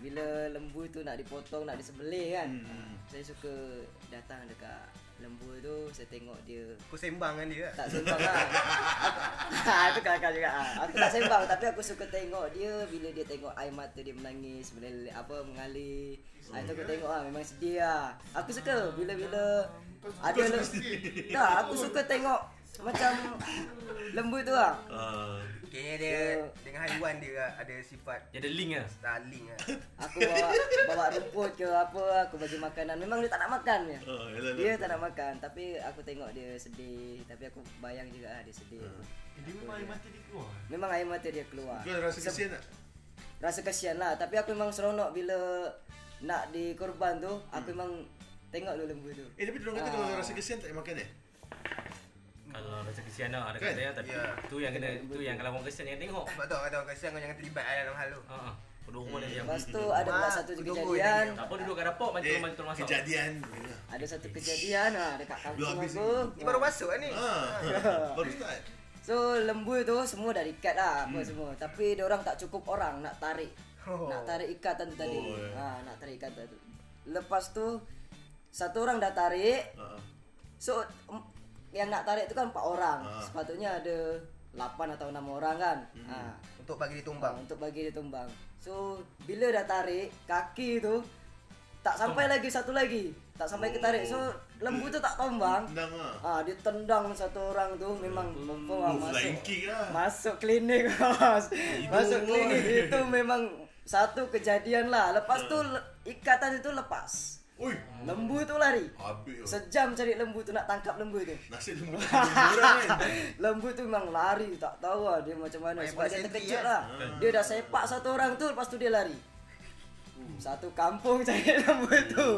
[SPEAKER 7] bila lembu tu nak dipotong, nak disembelih kan.
[SPEAKER 2] Hmm.
[SPEAKER 7] Saya suka datang dekat lembu tu, saya tengok dia
[SPEAKER 3] Kau sembang kan dia.
[SPEAKER 7] tak sembang lah. Aku- Itu kelakar juga. ah. Aku tak sembang tapi aku suka tengok dia bila dia tengok air mata dia menangis, meleleh apa mengalir. Ah, itu aku tengok ah memang sedih ah. Aku suka bila-bila ada
[SPEAKER 6] Kau
[SPEAKER 7] lembu.
[SPEAKER 6] sendiri.
[SPEAKER 7] Tak, aku suka tengok macam lembu tu ah.
[SPEAKER 2] Ah,
[SPEAKER 3] Kayaknya dia
[SPEAKER 7] Ya.
[SPEAKER 3] dengan haiwan dia lah, ada sifat
[SPEAKER 4] Dia ada link lah.
[SPEAKER 3] darling lah.
[SPEAKER 7] Aku bawa bawa rumput ke apa, aku bagi makanan. Memang dia tak nak makan ya.
[SPEAKER 2] ah, yalah,
[SPEAKER 7] Dia
[SPEAKER 2] yalah.
[SPEAKER 7] tak nak makan, tapi aku tengok dia sedih, tapi aku bayang juga ah dia sedih.
[SPEAKER 5] Dia memang air mata dia keluar
[SPEAKER 7] Memang air mata dia keluar.
[SPEAKER 2] Kau rasa kesian tak?
[SPEAKER 7] Rasa kasihan lah, tapi aku memang seronok bila nak dikorban tu, aku memang tengok dulu lembu tu.
[SPEAKER 2] Eh, tapi diorang kata
[SPEAKER 7] Ah.
[SPEAKER 2] kalau rasa kesian tak payah makan eh?
[SPEAKER 4] Kalau rasa kesian lah ada
[SPEAKER 2] Kan?
[SPEAKER 4] kata ya tapi
[SPEAKER 3] Ya.
[SPEAKER 4] tu yang kena tu yang kalau orang kesian yang tengok.
[SPEAKER 3] Sebab tu orang kata orang kasihan kau jangan terlibat lah dalam hal tu.
[SPEAKER 4] Ha ah. Kedua rumah dia diam.
[SPEAKER 7] Hmm. Lepas tu ada pula
[SPEAKER 3] Ah,
[SPEAKER 7] satu
[SPEAKER 3] aku tunggu
[SPEAKER 7] kejadian.
[SPEAKER 4] Tak apa duduk kat dapur macam
[SPEAKER 2] Eh,
[SPEAKER 4] rumah tu masak.
[SPEAKER 2] kejadian.
[SPEAKER 7] Ada satu kejadian ah dekat kampung
[SPEAKER 2] habis
[SPEAKER 7] aku.
[SPEAKER 3] Ni baru
[SPEAKER 7] Ah.
[SPEAKER 3] masuk kan ni.
[SPEAKER 2] Ah, baru start.
[SPEAKER 7] So lembu tu semua dah diikat lah apa semua. Tapi dia orang tak cukup orang nak tarik.
[SPEAKER 3] Oh.
[SPEAKER 7] Nak tarik ikatan tu tadi.
[SPEAKER 2] Oh, eh.
[SPEAKER 7] Ha nak tarik ikatan tu. Lepas tu satu orang dah tarik
[SPEAKER 2] Ah, ah.
[SPEAKER 7] So em- yang nak tarik tu kan empat orang.
[SPEAKER 2] Ah.
[SPEAKER 7] Sepatutnya ada lapan atau enam orang kan. Ha.
[SPEAKER 3] Untuk bagi dia
[SPEAKER 7] Bang
[SPEAKER 3] tumbang.
[SPEAKER 7] untuk bagi dia tumbang. So bila dah tarik kaki tu tak sampai lagi satu lagi. Tak sampai ke tarik. So lembu tu tak tumbang.
[SPEAKER 2] Tendang lah.
[SPEAKER 7] Ah dia tendang satu orang tu memang confirm lah
[SPEAKER 2] Oh,
[SPEAKER 7] masuk.
[SPEAKER 2] flying kick lah.
[SPEAKER 7] Masuk klinik bos. Masuk
[SPEAKER 2] boy.
[SPEAKER 7] klinik itu memang satu kejadian lah. Lepas tu le- ikatan itu lepas.
[SPEAKER 2] Oi,
[SPEAKER 7] Lembu tu lari.
[SPEAKER 2] habis lah.
[SPEAKER 7] Sejam cari lembu tu nak tangkap lembu tu.
[SPEAKER 2] Nasib lembu orang kan.
[SPEAKER 7] Lembu tu memang lari tak tahu lah dia macam mana
[SPEAKER 3] Main
[SPEAKER 7] sebab
[SPEAKER 3] pada
[SPEAKER 7] dia
[SPEAKER 3] sentri,
[SPEAKER 7] terkejut
[SPEAKER 3] kan?
[SPEAKER 7] lah.
[SPEAKER 2] Hmm.
[SPEAKER 7] Dia dah sepak satu orang tu lepas tu dia lari. Satu kampung cari lembu tu.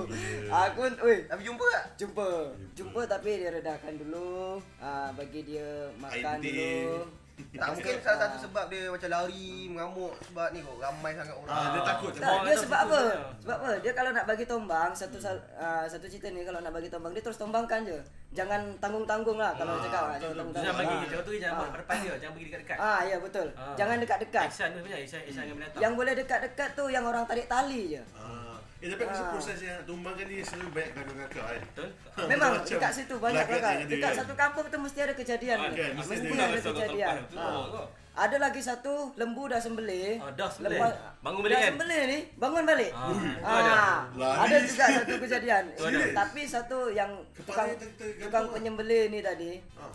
[SPEAKER 7] Aku oi
[SPEAKER 3] Tapi jumpa tak?
[SPEAKER 7] jumpa. Jumpa tapi dia redahkan dulu. Ah bagi dia makan
[SPEAKER 2] Air putih.
[SPEAKER 7] dulu.
[SPEAKER 3] Tak mungkin
[SPEAKER 2] lah.
[SPEAKER 3] salah satu sebab dia macam lari, mengamuk sebab ni kot ramai sangat
[SPEAKER 2] Hmm. Ah,
[SPEAKER 3] orang.
[SPEAKER 2] dia takut.
[SPEAKER 7] Tak,
[SPEAKER 4] Orang
[SPEAKER 7] dia
[SPEAKER 4] tak
[SPEAKER 7] sebab
[SPEAKER 4] suka
[SPEAKER 7] apa?
[SPEAKER 4] dia.
[SPEAKER 7] Sebab apa? Dia kalau nak bagi tombang, satu sal- ah, satu cerita ni kalau nak bagi tombang, dia terus tombangkan je. Jangan tanggung-tanggung lah kalau
[SPEAKER 2] Ah,
[SPEAKER 7] cakap. ah,
[SPEAKER 2] betul,
[SPEAKER 7] Jangan
[SPEAKER 2] betul.
[SPEAKER 7] tanggung-tanggung.
[SPEAKER 4] Jangan bagi
[SPEAKER 7] Ah.
[SPEAKER 4] Jangan tu jangan
[SPEAKER 7] Ah.
[SPEAKER 4] buat depan dia Jangan bagi dekat-dekat
[SPEAKER 7] Ah ya betul.
[SPEAKER 4] Ah.
[SPEAKER 7] Jangan dekat-dekat.
[SPEAKER 4] Action tu sebenarnya Action action dengan binatang
[SPEAKER 7] Yang boleh dekat-dekat tu yang orang tarik tali je.
[SPEAKER 2] Ah. Eh, tapi aku rasa proses yang nak tumbangkan dia selalu banyak kakak-kakak kan.
[SPEAKER 4] Betul
[SPEAKER 2] Ah,
[SPEAKER 7] Memang
[SPEAKER 2] macam
[SPEAKER 7] dekat situ banyak
[SPEAKER 2] lagat
[SPEAKER 7] kakak.
[SPEAKER 2] yang ada
[SPEAKER 7] Dekat
[SPEAKER 2] kan.
[SPEAKER 7] satu kampung tu mesti ada kejadian.
[SPEAKER 4] Ah,
[SPEAKER 7] ni.
[SPEAKER 2] kan, mesti
[SPEAKER 7] mesti
[SPEAKER 2] ada.
[SPEAKER 7] ada
[SPEAKER 4] Kalau
[SPEAKER 7] kejadian.
[SPEAKER 4] kau lepas tu,
[SPEAKER 7] Ah.
[SPEAKER 4] oh, kau.
[SPEAKER 7] Ada lagi satu lembu dah sembelih.
[SPEAKER 4] Ah, dah sembelih. Bangun balik
[SPEAKER 7] dah
[SPEAKER 4] kan?
[SPEAKER 7] sembelih ni, bangun balik.
[SPEAKER 4] Ah, tu
[SPEAKER 7] Ah,
[SPEAKER 4] ada.
[SPEAKER 2] Lari.
[SPEAKER 7] ada juga satu kejadian.
[SPEAKER 4] Tu ada.
[SPEAKER 7] Tapi satu yang
[SPEAKER 2] Kepala
[SPEAKER 7] tukang,
[SPEAKER 2] dia ter- tergantung.
[SPEAKER 7] tukang penyembelih ni tadi,
[SPEAKER 2] Ah.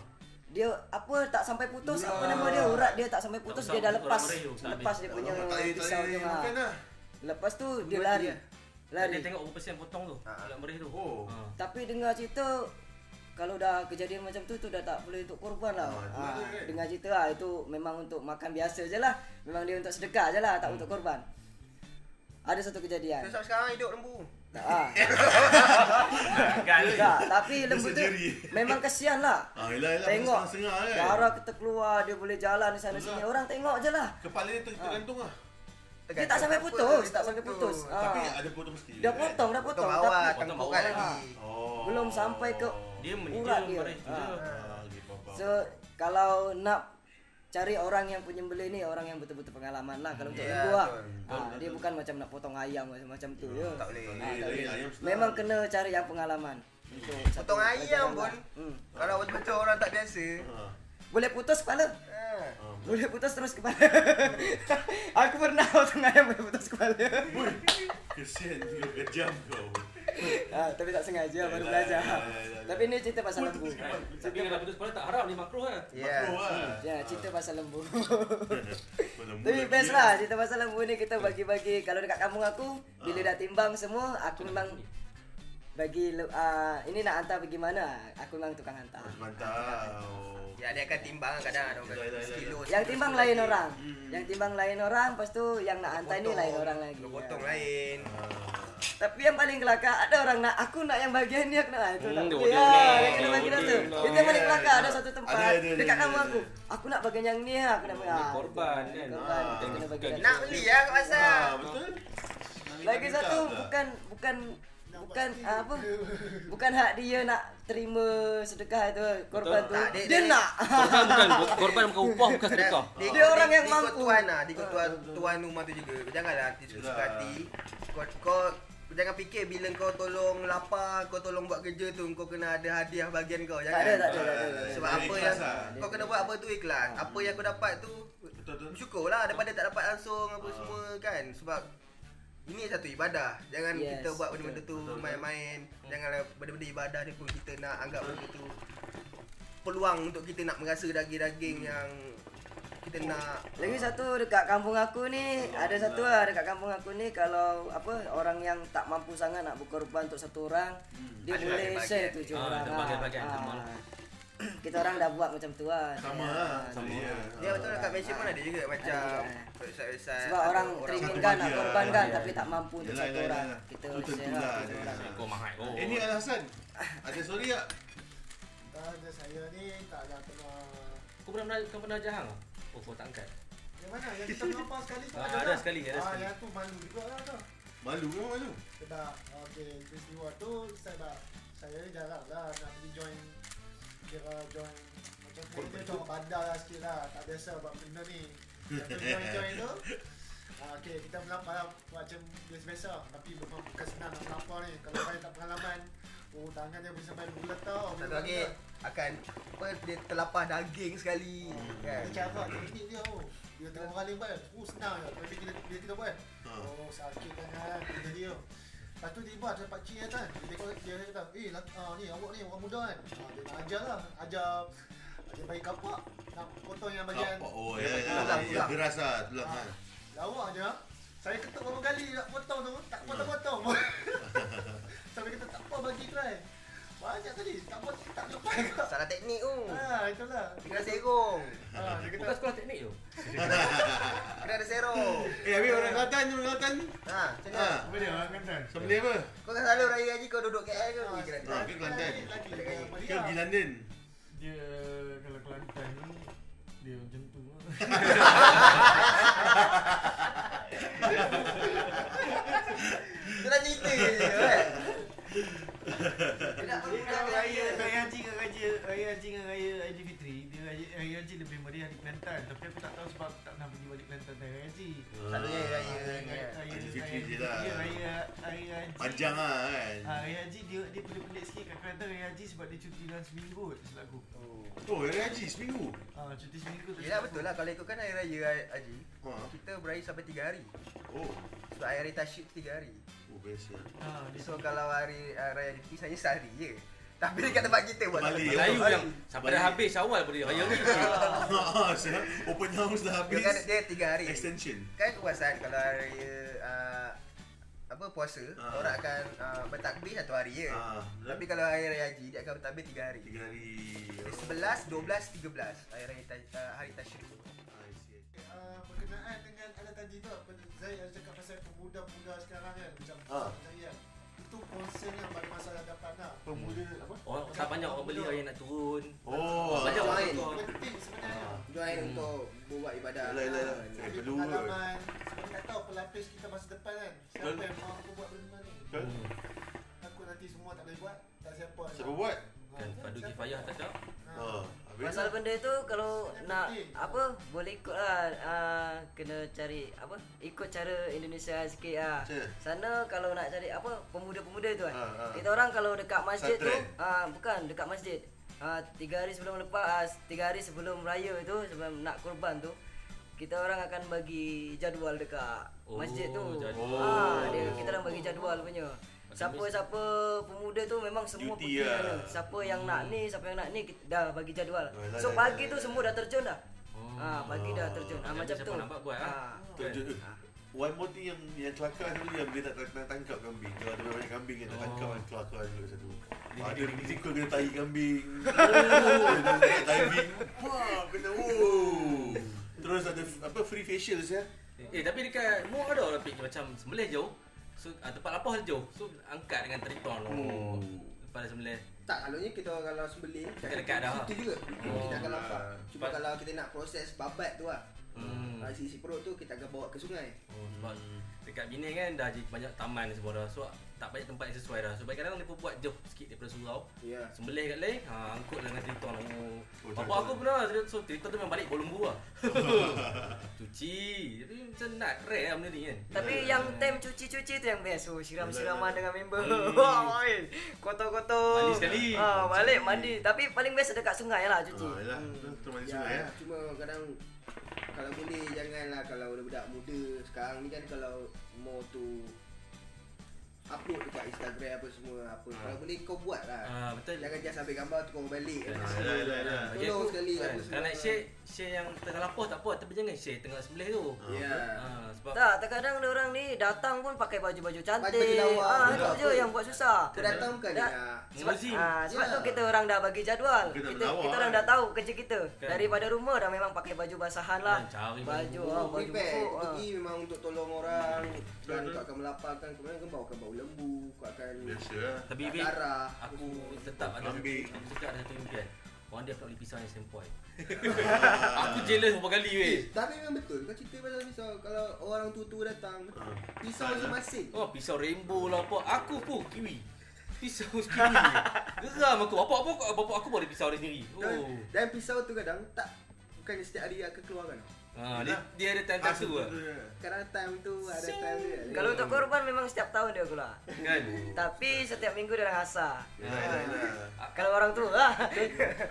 [SPEAKER 7] dia apa tak sampai putus apa
[SPEAKER 2] Urat.
[SPEAKER 7] nama dia urat dia tak sampai putus
[SPEAKER 4] Tak
[SPEAKER 7] dia
[SPEAKER 4] usah
[SPEAKER 7] dah
[SPEAKER 4] putus,
[SPEAKER 7] lepas
[SPEAKER 4] orang merayu, tak
[SPEAKER 7] lepas dia punya
[SPEAKER 2] Tak payah- tak
[SPEAKER 7] pisau
[SPEAKER 2] payah
[SPEAKER 7] tu ha.
[SPEAKER 2] makan lah.
[SPEAKER 7] lepas tu dia
[SPEAKER 3] Buat
[SPEAKER 7] lari
[SPEAKER 3] dia.
[SPEAKER 7] lari
[SPEAKER 4] Dia tengok berapa persen potong tu Alat merih tu
[SPEAKER 2] Oh.
[SPEAKER 4] Ah.
[SPEAKER 7] tapi dengar cerita kalau dah kejadian macam tu tu dah tak boleh untuk korban lah
[SPEAKER 2] Ah, tu
[SPEAKER 7] ha,
[SPEAKER 2] dia kan.
[SPEAKER 7] dengar cerita lah itu memang untuk makan biasa je lah memang dia untuk sedekah je lah tak
[SPEAKER 2] Hmm.
[SPEAKER 7] untuk korban ada satu kejadian
[SPEAKER 3] Sebab sekarang hidup lembu.
[SPEAKER 7] ha.
[SPEAKER 4] Gagal
[SPEAKER 7] tak, tapi lembu tu
[SPEAKER 2] sendiri.
[SPEAKER 7] memang kesian lah
[SPEAKER 2] Ah, yelah, yelah,
[SPEAKER 7] Tengok
[SPEAKER 2] setengah-setengah kan.
[SPEAKER 7] Darah kita keluar Dia boleh jalan di sana sini Orang tengok je lah
[SPEAKER 2] Kepala dia ter- tergantung lah.
[SPEAKER 7] Dia tak sampai putus, tak sampai putus. Ah.
[SPEAKER 2] Tapi ada potong mesti.
[SPEAKER 7] Dah
[SPEAKER 2] kan?
[SPEAKER 7] potong Dah
[SPEAKER 3] Potong
[SPEAKER 7] potong
[SPEAKER 3] bawah,
[SPEAKER 7] Tapi
[SPEAKER 4] potong
[SPEAKER 3] tengkuk
[SPEAKER 4] bawah.
[SPEAKER 3] kan lagi.
[SPEAKER 2] Oh.
[SPEAKER 7] belum sampai ke
[SPEAKER 4] Dia
[SPEAKER 7] urat
[SPEAKER 4] menyedia
[SPEAKER 7] dia.
[SPEAKER 4] merih tu je
[SPEAKER 7] Ah.
[SPEAKER 2] Ah, okay, faham,
[SPEAKER 7] So
[SPEAKER 2] faham.
[SPEAKER 7] kalau nak cari orang yang penyembelih ni orang yang betul-betul pengalaman lah kalau untuk
[SPEAKER 3] Ya,
[SPEAKER 7] lembu lah.
[SPEAKER 3] betul.
[SPEAKER 7] Ah, dia bukan macam nak potong ayam macam-macam tu ya.
[SPEAKER 3] Tak boleh.
[SPEAKER 7] Ah, tak
[SPEAKER 2] Lagi-
[SPEAKER 7] boleh.
[SPEAKER 2] lagi ayam senang.
[SPEAKER 7] Memang kena cari yang pengalaman. Untuk satu
[SPEAKER 3] Potong ayam
[SPEAKER 7] perjalanan.
[SPEAKER 3] pun
[SPEAKER 7] Hmm.
[SPEAKER 3] kalau betul-betul orang tak biasa.
[SPEAKER 2] Ah.
[SPEAKER 7] Boleh putus kepala.
[SPEAKER 3] ah,
[SPEAKER 2] Ah.
[SPEAKER 7] Boleh putus terus kepala. Aku pernah potong ayam boleh putus kepala.
[SPEAKER 2] Woi, kesian dia kejam kau.
[SPEAKER 7] ah, tapi tak sengaja
[SPEAKER 3] Ya,
[SPEAKER 7] baru
[SPEAKER 2] Yalah,
[SPEAKER 7] belajar.
[SPEAKER 2] yalah, yalah.
[SPEAKER 7] Tapi ni cerita pasal lembu.
[SPEAKER 4] Kan? Tapi kalau putus kepala tak haram ni makruh lah
[SPEAKER 3] Ya.
[SPEAKER 2] Pro lah.
[SPEAKER 7] Ya, cerita pasal lembu.
[SPEAKER 2] Pada mulut
[SPEAKER 7] Tapi best
[SPEAKER 2] dia.
[SPEAKER 7] lah cerita pasal lembu ni kita bagi-bagi Kalau dekat kampung aku Bila dah timbang semua Aku memang bagi le- ah, Ini nak hantar pergi mana Aku memang tukang hantar
[SPEAKER 2] Ah, Mantap.
[SPEAKER 3] Ya dia akan timbang kadang ada
[SPEAKER 2] Yelah, yelah,
[SPEAKER 3] orang kilo.
[SPEAKER 7] Yang timbang lain orang Yang timbang lain orang Lepas tu yang nak hantar ni
[SPEAKER 3] Potong,
[SPEAKER 7] lain orang lagi
[SPEAKER 3] dua Potong
[SPEAKER 7] Ya.
[SPEAKER 3] lain.
[SPEAKER 7] Tapi yang paling kelakar Ada orang nak Aku nak yang bagian ni Aku nak ah, Itu tak
[SPEAKER 4] Hmm, dia
[SPEAKER 7] boleh
[SPEAKER 4] boleh,
[SPEAKER 7] lah
[SPEAKER 4] boleh.
[SPEAKER 7] Dia kena bagi dah tu Itu yang paling kelakar Ada satu tempat
[SPEAKER 2] Ada, ada, ada,
[SPEAKER 7] Dekat
[SPEAKER 2] ada,
[SPEAKER 7] kampung
[SPEAKER 2] ada.
[SPEAKER 7] aku Aku nak bagian yang ni lah Aku nak
[SPEAKER 4] Dia
[SPEAKER 7] ah,
[SPEAKER 4] korban kan
[SPEAKER 7] Korban
[SPEAKER 4] Ah,
[SPEAKER 7] Kita kena bagi
[SPEAKER 4] bukan.
[SPEAKER 7] dah tu.
[SPEAKER 3] Nak beli ah kat pasar.
[SPEAKER 2] Ah, betul.
[SPEAKER 7] Lagi satu
[SPEAKER 2] lah.
[SPEAKER 7] bukan bukan bukan ah, apa? Bukan hak dia nak terima sedekah itu korban tu.
[SPEAKER 3] Tak, dia-
[SPEAKER 7] dia
[SPEAKER 3] dia-
[SPEAKER 7] nak.
[SPEAKER 4] Korban bukan Korban bukan upah bukan sedekah
[SPEAKER 3] Dia,
[SPEAKER 7] Dia orang yang
[SPEAKER 3] ikut
[SPEAKER 7] mampu. Ah,
[SPEAKER 3] Tuan lah, dia ikut tuan, tuan rumah tu juga. Janganlah hati suka
[SPEAKER 2] Yelah.
[SPEAKER 3] hati. Kau, kau jangan fikir bila kau tolong lapar, kau tolong buat kerja tu kau kena ada hadiah bagian kau. Jangan.
[SPEAKER 7] Tak ada, tak ada, tak ada, tak ada.
[SPEAKER 3] Sebab
[SPEAKER 2] Dia
[SPEAKER 3] apa
[SPEAKER 2] ikhlas
[SPEAKER 3] yang
[SPEAKER 2] lah.
[SPEAKER 3] kau kena buat apa tu ikhlas. Apa yang kau dapat tu
[SPEAKER 2] Betul, betul.
[SPEAKER 3] bersyukur lah daripada tak dapat langsung apa semua kan. Sebab ini satu ibadah. Jangan
[SPEAKER 7] Yes,
[SPEAKER 3] kita buat benda-benda
[SPEAKER 7] betul.
[SPEAKER 3] tu main-main. Janganlah benda-benda ibadah ni pun kita nak anggap benda tu peluang untuk kita nak merasa daging-daging yang kita nak
[SPEAKER 7] Lagi satu dekat kampung aku ni ada satu lah dekat kampung aku ni kalau apa orang yang tak mampu sangat nak berkorban untuk satu orang dia
[SPEAKER 2] Hmm.
[SPEAKER 3] Ada
[SPEAKER 7] boleh
[SPEAKER 3] bagian-bagian.
[SPEAKER 7] share tujuh
[SPEAKER 4] Ah,
[SPEAKER 7] orang.
[SPEAKER 4] ada
[SPEAKER 7] ah.
[SPEAKER 4] bagian-bagian, sama
[SPEAKER 7] Ah.
[SPEAKER 4] lah.
[SPEAKER 7] Kita orang dah buat macam tu lah.
[SPEAKER 2] Sama
[SPEAKER 7] Ah,
[SPEAKER 2] lah. Sama.
[SPEAKER 7] dia-
[SPEAKER 3] Ya betul dekat Malaysia pun ada juga macam
[SPEAKER 7] juga.
[SPEAKER 3] website-website
[SPEAKER 7] Sebab orang teringinkan nak
[SPEAKER 2] bahagia.
[SPEAKER 7] korban kan
[SPEAKER 2] Yelah,
[SPEAKER 7] tapi tak mampu untuk
[SPEAKER 2] yelah,
[SPEAKER 7] satu
[SPEAKER 2] yelah,
[SPEAKER 7] orang.
[SPEAKER 2] yelah.
[SPEAKER 7] Kita
[SPEAKER 2] Tu
[SPEAKER 7] share
[SPEAKER 2] tentulah
[SPEAKER 7] lah
[SPEAKER 2] ada.
[SPEAKER 7] tujuh orang.
[SPEAKER 4] Kau mahal kau
[SPEAKER 2] Eh, ni alasan. Ada sorry tak?
[SPEAKER 6] Tak ada saya ni tak ada pernah
[SPEAKER 4] Kau pernah pernah- kau pernah jahang? Oh kau tak angkat
[SPEAKER 6] yang mana yang kita melampau sekali tu
[SPEAKER 4] Ah,
[SPEAKER 6] ada
[SPEAKER 4] ada
[SPEAKER 6] tak?
[SPEAKER 4] sekali, ada
[SPEAKER 6] ah,
[SPEAKER 4] sekali.
[SPEAKER 6] yang tu malu juga lah tu
[SPEAKER 2] Malu ke malu?
[SPEAKER 6] sebab okey peristiwa tu saya dah saya ni jarang lah nak pergi join kira join macam ni dia join bandar lah sikit lah tak biasa buat benda ni yang pergi join-join tu Ah, okay, kita melampau lah macam biasa-biasa Tapi memang bukan senang nak melampau ni Kalau saya tak pengalaman Oh, tangan dia boleh sampai bulat tau.
[SPEAKER 3] Satu lagi akan apa dia terlapah daging sekali kan.
[SPEAKER 6] Dia cabak teknik dia oh. Dia tengok orang lain buat kan. Oh senang je. Tapi bila dia tidak buat.
[SPEAKER 2] Ha.
[SPEAKER 6] Oh sakit kan kan. Benda dia. Lepas tu tiba ada pakcik kan kan. Dia tengok dia kata, eh lak- ah, ni awak ni orang muda kan. Ah, dia nak ajar lah. Ajar. Ajar baik kapak. Nak potong yang bagian.
[SPEAKER 2] Kapak. Oh, ya, ya,
[SPEAKER 3] tulang,
[SPEAKER 2] ya,
[SPEAKER 3] tulang.
[SPEAKER 2] geras lah, tulang
[SPEAKER 6] Ah,
[SPEAKER 2] kan.
[SPEAKER 6] Lawak je. Saya ketuk berapa kali nak potong tu. Tak
[SPEAKER 2] Hmm.
[SPEAKER 6] potong-potong. Sampai kita tak apa bagi try. Banyak kali. Tak potong, tak lepas. tak.
[SPEAKER 3] Salah teknik tu.
[SPEAKER 6] Ah, itulah.
[SPEAKER 3] Kena serong.
[SPEAKER 6] Ah, dia kata,
[SPEAKER 4] Bukan sekolah teknik tu.
[SPEAKER 3] Kena ada serong.
[SPEAKER 2] Eh, habis orang Kelantan, orang Kelantan.
[SPEAKER 3] Ha,
[SPEAKER 2] Ha,
[SPEAKER 3] macam mana?
[SPEAKER 5] Apa dia orang Kelantan?
[SPEAKER 2] sama dia apa?
[SPEAKER 3] Kau kan selalu raya haji kau duduk KL ke pergi
[SPEAKER 6] Lagi,
[SPEAKER 3] Kelantan?
[SPEAKER 2] ke Kelantan?
[SPEAKER 6] lagi,
[SPEAKER 3] Balik lagi.
[SPEAKER 6] lagi.
[SPEAKER 2] Ke pergi London.
[SPEAKER 5] Dia kalau Kelantan ni dia macam tu.
[SPEAKER 3] Itu dah cerita je kan.
[SPEAKER 5] Kalau raya raya haji dengan raya raya haji dengan raya Aidilfitri, dia raya raya haji lebih meriah di Kelantan. Tapi aku tak tahu sebab aku tak pernah pergi balik Kelantan dan raya
[SPEAKER 2] Ah,
[SPEAKER 5] haji.
[SPEAKER 3] Selalunya raya
[SPEAKER 5] Raya-
[SPEAKER 3] kan.
[SPEAKER 5] raya-
[SPEAKER 2] Aidilfitri
[SPEAKER 5] raya-
[SPEAKER 2] je lah.
[SPEAKER 5] ya, Raya raya haji.
[SPEAKER 2] Panjang lah kan.
[SPEAKER 5] Ha, Raya Haji dia dia pelik-pelik sikit kat Kelantan Raya Haji sebab dia cuti dalam seminggu kot, setahu aku.
[SPEAKER 2] Oh, Hari Haji seminggu.
[SPEAKER 5] Ha, cuti seminggu tu.
[SPEAKER 3] Yelah betul lah kalau ikutkan hari raya haji
[SPEAKER 2] Ha.
[SPEAKER 3] kita beraya sampai 3 hari.
[SPEAKER 2] Oh,
[SPEAKER 3] Sebab hari raya tasyik 3 hari.
[SPEAKER 2] oh biasa.
[SPEAKER 5] Ha, dia
[SPEAKER 3] So kalau hari uh, raya Fitri saya sehari je. Tapi dekat tempat kita buat
[SPEAKER 7] Ya,
[SPEAKER 2] Bali,
[SPEAKER 3] tempat-
[SPEAKER 4] Melayu
[SPEAKER 2] Bali.
[SPEAKER 4] yang sampai dah habis awal pun dia raya ni.
[SPEAKER 7] Ah.
[SPEAKER 2] Ha, sir. Open house dah
[SPEAKER 3] Dia
[SPEAKER 2] habis.
[SPEAKER 3] kan dia 3 hari.
[SPEAKER 2] Extension.
[SPEAKER 3] Kan puasan kalau hari uh, apa puasa
[SPEAKER 2] Ah.
[SPEAKER 3] orang akan uh, bertakbir satu hari je.
[SPEAKER 2] Ah,
[SPEAKER 3] Tapi kalau hari raya haji dia akan bertakbir 3 hari.
[SPEAKER 2] Tiga hari.
[SPEAKER 3] 11, 12, 13 hari raya ta- uh, hari tasyrik.
[SPEAKER 2] I see.
[SPEAKER 6] Uh, berkenaan dengan ada tadi tu Zaid ada cakap pasal pemuda-pemuda sekarang kan macam
[SPEAKER 2] Ha.
[SPEAKER 6] saya itu concern yang pada masa hadapan lah
[SPEAKER 2] Pemuda.
[SPEAKER 6] apa
[SPEAKER 4] Orang tak banyak orang beli raya nak turun.
[SPEAKER 2] Oh,
[SPEAKER 4] Banyak orang
[SPEAKER 7] Join.
[SPEAKER 4] turun.
[SPEAKER 6] penting sebenarnya
[SPEAKER 7] Join untuk buat ibadah.
[SPEAKER 2] Yalah, yalah, yalah.
[SPEAKER 6] Jadi
[SPEAKER 2] Eh, perlu.
[SPEAKER 6] pengalaman sebab tak tahu pelapis kita masa depan kan siapa
[SPEAKER 2] Betul.
[SPEAKER 6] yang mampu buat benda ni
[SPEAKER 2] Betul.
[SPEAKER 4] Hmm,
[SPEAKER 6] takut nanti semua tak boleh buat tak siapa
[SPEAKER 2] Siapa buat?
[SPEAKER 4] Kan padu kifayah tak
[SPEAKER 7] Ah,
[SPEAKER 4] tak.
[SPEAKER 2] Ha, habis.
[SPEAKER 7] Pasal benda tu kalau nak apa boleh ikut lah ah, kena cari apa ikut cara Indonesia sikit lah.
[SPEAKER 2] Macam mana?
[SPEAKER 7] Sana kalau nak cari apa pemuda-pemuda tu kan.
[SPEAKER 2] Ha, ha.
[SPEAKER 7] Kita orang kalau dekat masjid tu
[SPEAKER 2] Pesantren.
[SPEAKER 7] ah bukan dekat masjid. Ah tiga hari sebelum lepas ah, tiga hari sebelum raya tu sebelum nak kurban tu kita orang akan bagi jadual dekat
[SPEAKER 4] Oh,
[SPEAKER 7] masjid tu.
[SPEAKER 4] jadual.
[SPEAKER 7] Ah dia kita orang bagi jadual punya. Siapa-siapa pemuda tu memang semua
[SPEAKER 2] Duty
[SPEAKER 7] pergi
[SPEAKER 2] lah. Hmm.
[SPEAKER 7] sana. Siapa yang nak ni, siapa yang nak ni kita dah bagi jadual.
[SPEAKER 2] Yalah,
[SPEAKER 7] So
[SPEAKER 2] yalah,
[SPEAKER 7] pagi
[SPEAKER 2] yalah,
[SPEAKER 7] tu semua dah terjun dah.
[SPEAKER 4] Hmm.
[SPEAKER 7] Ah pagi dah terjun. Ah
[SPEAKER 4] Jadi
[SPEAKER 7] macam
[SPEAKER 4] siapa
[SPEAKER 7] tu.
[SPEAKER 4] nak buat, buat, ah.
[SPEAKER 7] Ah.
[SPEAKER 2] Terjun. Kan? Ha. One more thing yang yang kelakar dulu yang bila tak nak tangkap kambing. Kalau ada banyak kambing yang nak tangkap kan kelakar dulu satu. Ada tikul kena tahi kambing. Oh, diving. Wah, kena wow. Oh. Terus ada f- apa free facial ya.
[SPEAKER 4] Eh tapi dekat Muar ada orang pergi macam sembelih jauh. So ah, tempat lapah dia jauh. So angkat dengan triton.
[SPEAKER 2] Oh.
[SPEAKER 4] Oh. Pada sembelih.
[SPEAKER 3] Tak, selalunya kita kalau sembelih
[SPEAKER 4] Dekat- dekat dah.
[SPEAKER 3] Itu juga
[SPEAKER 4] Oh.
[SPEAKER 3] Kita akan lapar Cuma
[SPEAKER 4] Cepat.
[SPEAKER 3] kalau kita nak proses babat tu lah
[SPEAKER 4] Hmm.
[SPEAKER 3] hmm. Sisi perut tu kita akan bawa ke sungai
[SPEAKER 4] Oh, sebab dekat Bini kan dah jadi banyak taman dan semua dah. So tak banyak tempat yang sesuai dah. So kadang-kadang dia pun buat jauh sikit daripada surau.
[SPEAKER 3] Ya
[SPEAKER 4] Sembelih kat lain, ha, angkut dengan triton lah.
[SPEAKER 2] Oh,
[SPEAKER 4] Oh, Bapa
[SPEAKER 2] triton.
[SPEAKER 4] aku pernah, so triton tu memang balik bawah lembu lah. Cuci. Tapi macam nak rare lah benda ni kan.
[SPEAKER 7] Tapi yang time cuci-cuci tu yang best. Oh, siram-siraman dengan member.
[SPEAKER 4] Hmm.
[SPEAKER 7] Wah, main. Kotor-kotor.
[SPEAKER 4] Mandi sekali.
[SPEAKER 7] Ah, balik mandi. Tapi paling best dekat sungai lah
[SPEAKER 2] Ha,
[SPEAKER 7] cuci.
[SPEAKER 2] yalah.
[SPEAKER 3] Hmm.
[SPEAKER 2] Terus mandi
[SPEAKER 8] Ya,
[SPEAKER 2] sungai ya.
[SPEAKER 8] cuma kadang kalau boleh janganlah kalau budak-budak muda sekarang ni kan kalau mau tu upload dekat Instagram apa semua apa
[SPEAKER 2] Ha.
[SPEAKER 8] kalau boleh kau buat lah
[SPEAKER 4] Ah, betul.
[SPEAKER 8] jangan just ambil gambar tu kau balik
[SPEAKER 4] Betul.
[SPEAKER 8] lah.
[SPEAKER 2] Yalah, yalah, yalah.
[SPEAKER 4] Bagi
[SPEAKER 8] Tolong
[SPEAKER 4] aku,
[SPEAKER 8] sekali
[SPEAKER 4] kan,
[SPEAKER 8] aku
[SPEAKER 4] Kalau
[SPEAKER 8] semua.
[SPEAKER 4] nak share, share yang tengah lapor tak apa. Tapi jangan share tengah sembelih tu.
[SPEAKER 8] ya
[SPEAKER 4] Ah, sebab
[SPEAKER 7] Tak, terkadang orang ni datang pun pakai baju-baju cantik.
[SPEAKER 8] Baju lawa.
[SPEAKER 7] Ah,
[SPEAKER 8] Betul.
[SPEAKER 7] itu je yang buat susah.
[SPEAKER 8] kau datang bukan
[SPEAKER 7] Dah-
[SPEAKER 8] dia nak
[SPEAKER 7] Sebab,
[SPEAKER 4] Menguzim.
[SPEAKER 7] ah, sebab tu
[SPEAKER 8] Ya.
[SPEAKER 7] kita orang dah bagi jadual.
[SPEAKER 2] Kita
[SPEAKER 7] Kita
[SPEAKER 2] dah
[SPEAKER 7] kita,
[SPEAKER 2] lawa,
[SPEAKER 7] orang
[SPEAKER 2] kan?
[SPEAKER 7] dah tahu kerja kita.
[SPEAKER 4] Kan.
[SPEAKER 7] Daripada rumah dah memang pakai baju basahan lah.
[SPEAKER 4] Kan, cari
[SPEAKER 7] baju,
[SPEAKER 8] Oh,
[SPEAKER 7] ah,
[SPEAKER 8] oh,
[SPEAKER 7] baju
[SPEAKER 8] prepare.
[SPEAKER 7] bubuk.
[SPEAKER 8] Kau
[SPEAKER 7] ah.
[SPEAKER 8] pergi memang untuk tolong orang dan kau akan melaparkan kemudian kau bawakan bau lembu kau akan
[SPEAKER 2] Biasa lah.
[SPEAKER 4] Tapi
[SPEAKER 8] tak
[SPEAKER 4] Bib,
[SPEAKER 8] darah
[SPEAKER 4] aku tetap ada satu,
[SPEAKER 2] Ambil.
[SPEAKER 4] aku tetap ada satu impian. Orang dia nak beli pisang yang sempoi. aku
[SPEAKER 2] Ah.
[SPEAKER 4] jealous berapa kali weh.
[SPEAKER 8] Eh, tapi memang betul kau cerita pasal pisau kalau orang tua-tua datang
[SPEAKER 2] Ha.
[SPEAKER 8] pisau masing-masing
[SPEAKER 4] Oh, pisau rainbow lah apa. Aku pun kiwi. Pisau kiwi. Geram aku. Bapak aku, bapak aku boleh pisau dia sendiri.
[SPEAKER 8] Dan,
[SPEAKER 4] Oh.
[SPEAKER 8] dan pisau tu kadang tak bukan setiap hari akan keluarkan.
[SPEAKER 4] Ha, dia, dia ada time tertentu lah.
[SPEAKER 3] Kadang time tu ada time dia.
[SPEAKER 7] Kalau untuk korban memang setiap tahun dia keluar.
[SPEAKER 4] Kan?
[SPEAKER 7] Tapi setiap minggu dia dah hasar.
[SPEAKER 4] Ha,
[SPEAKER 7] Kalau orang tua lah.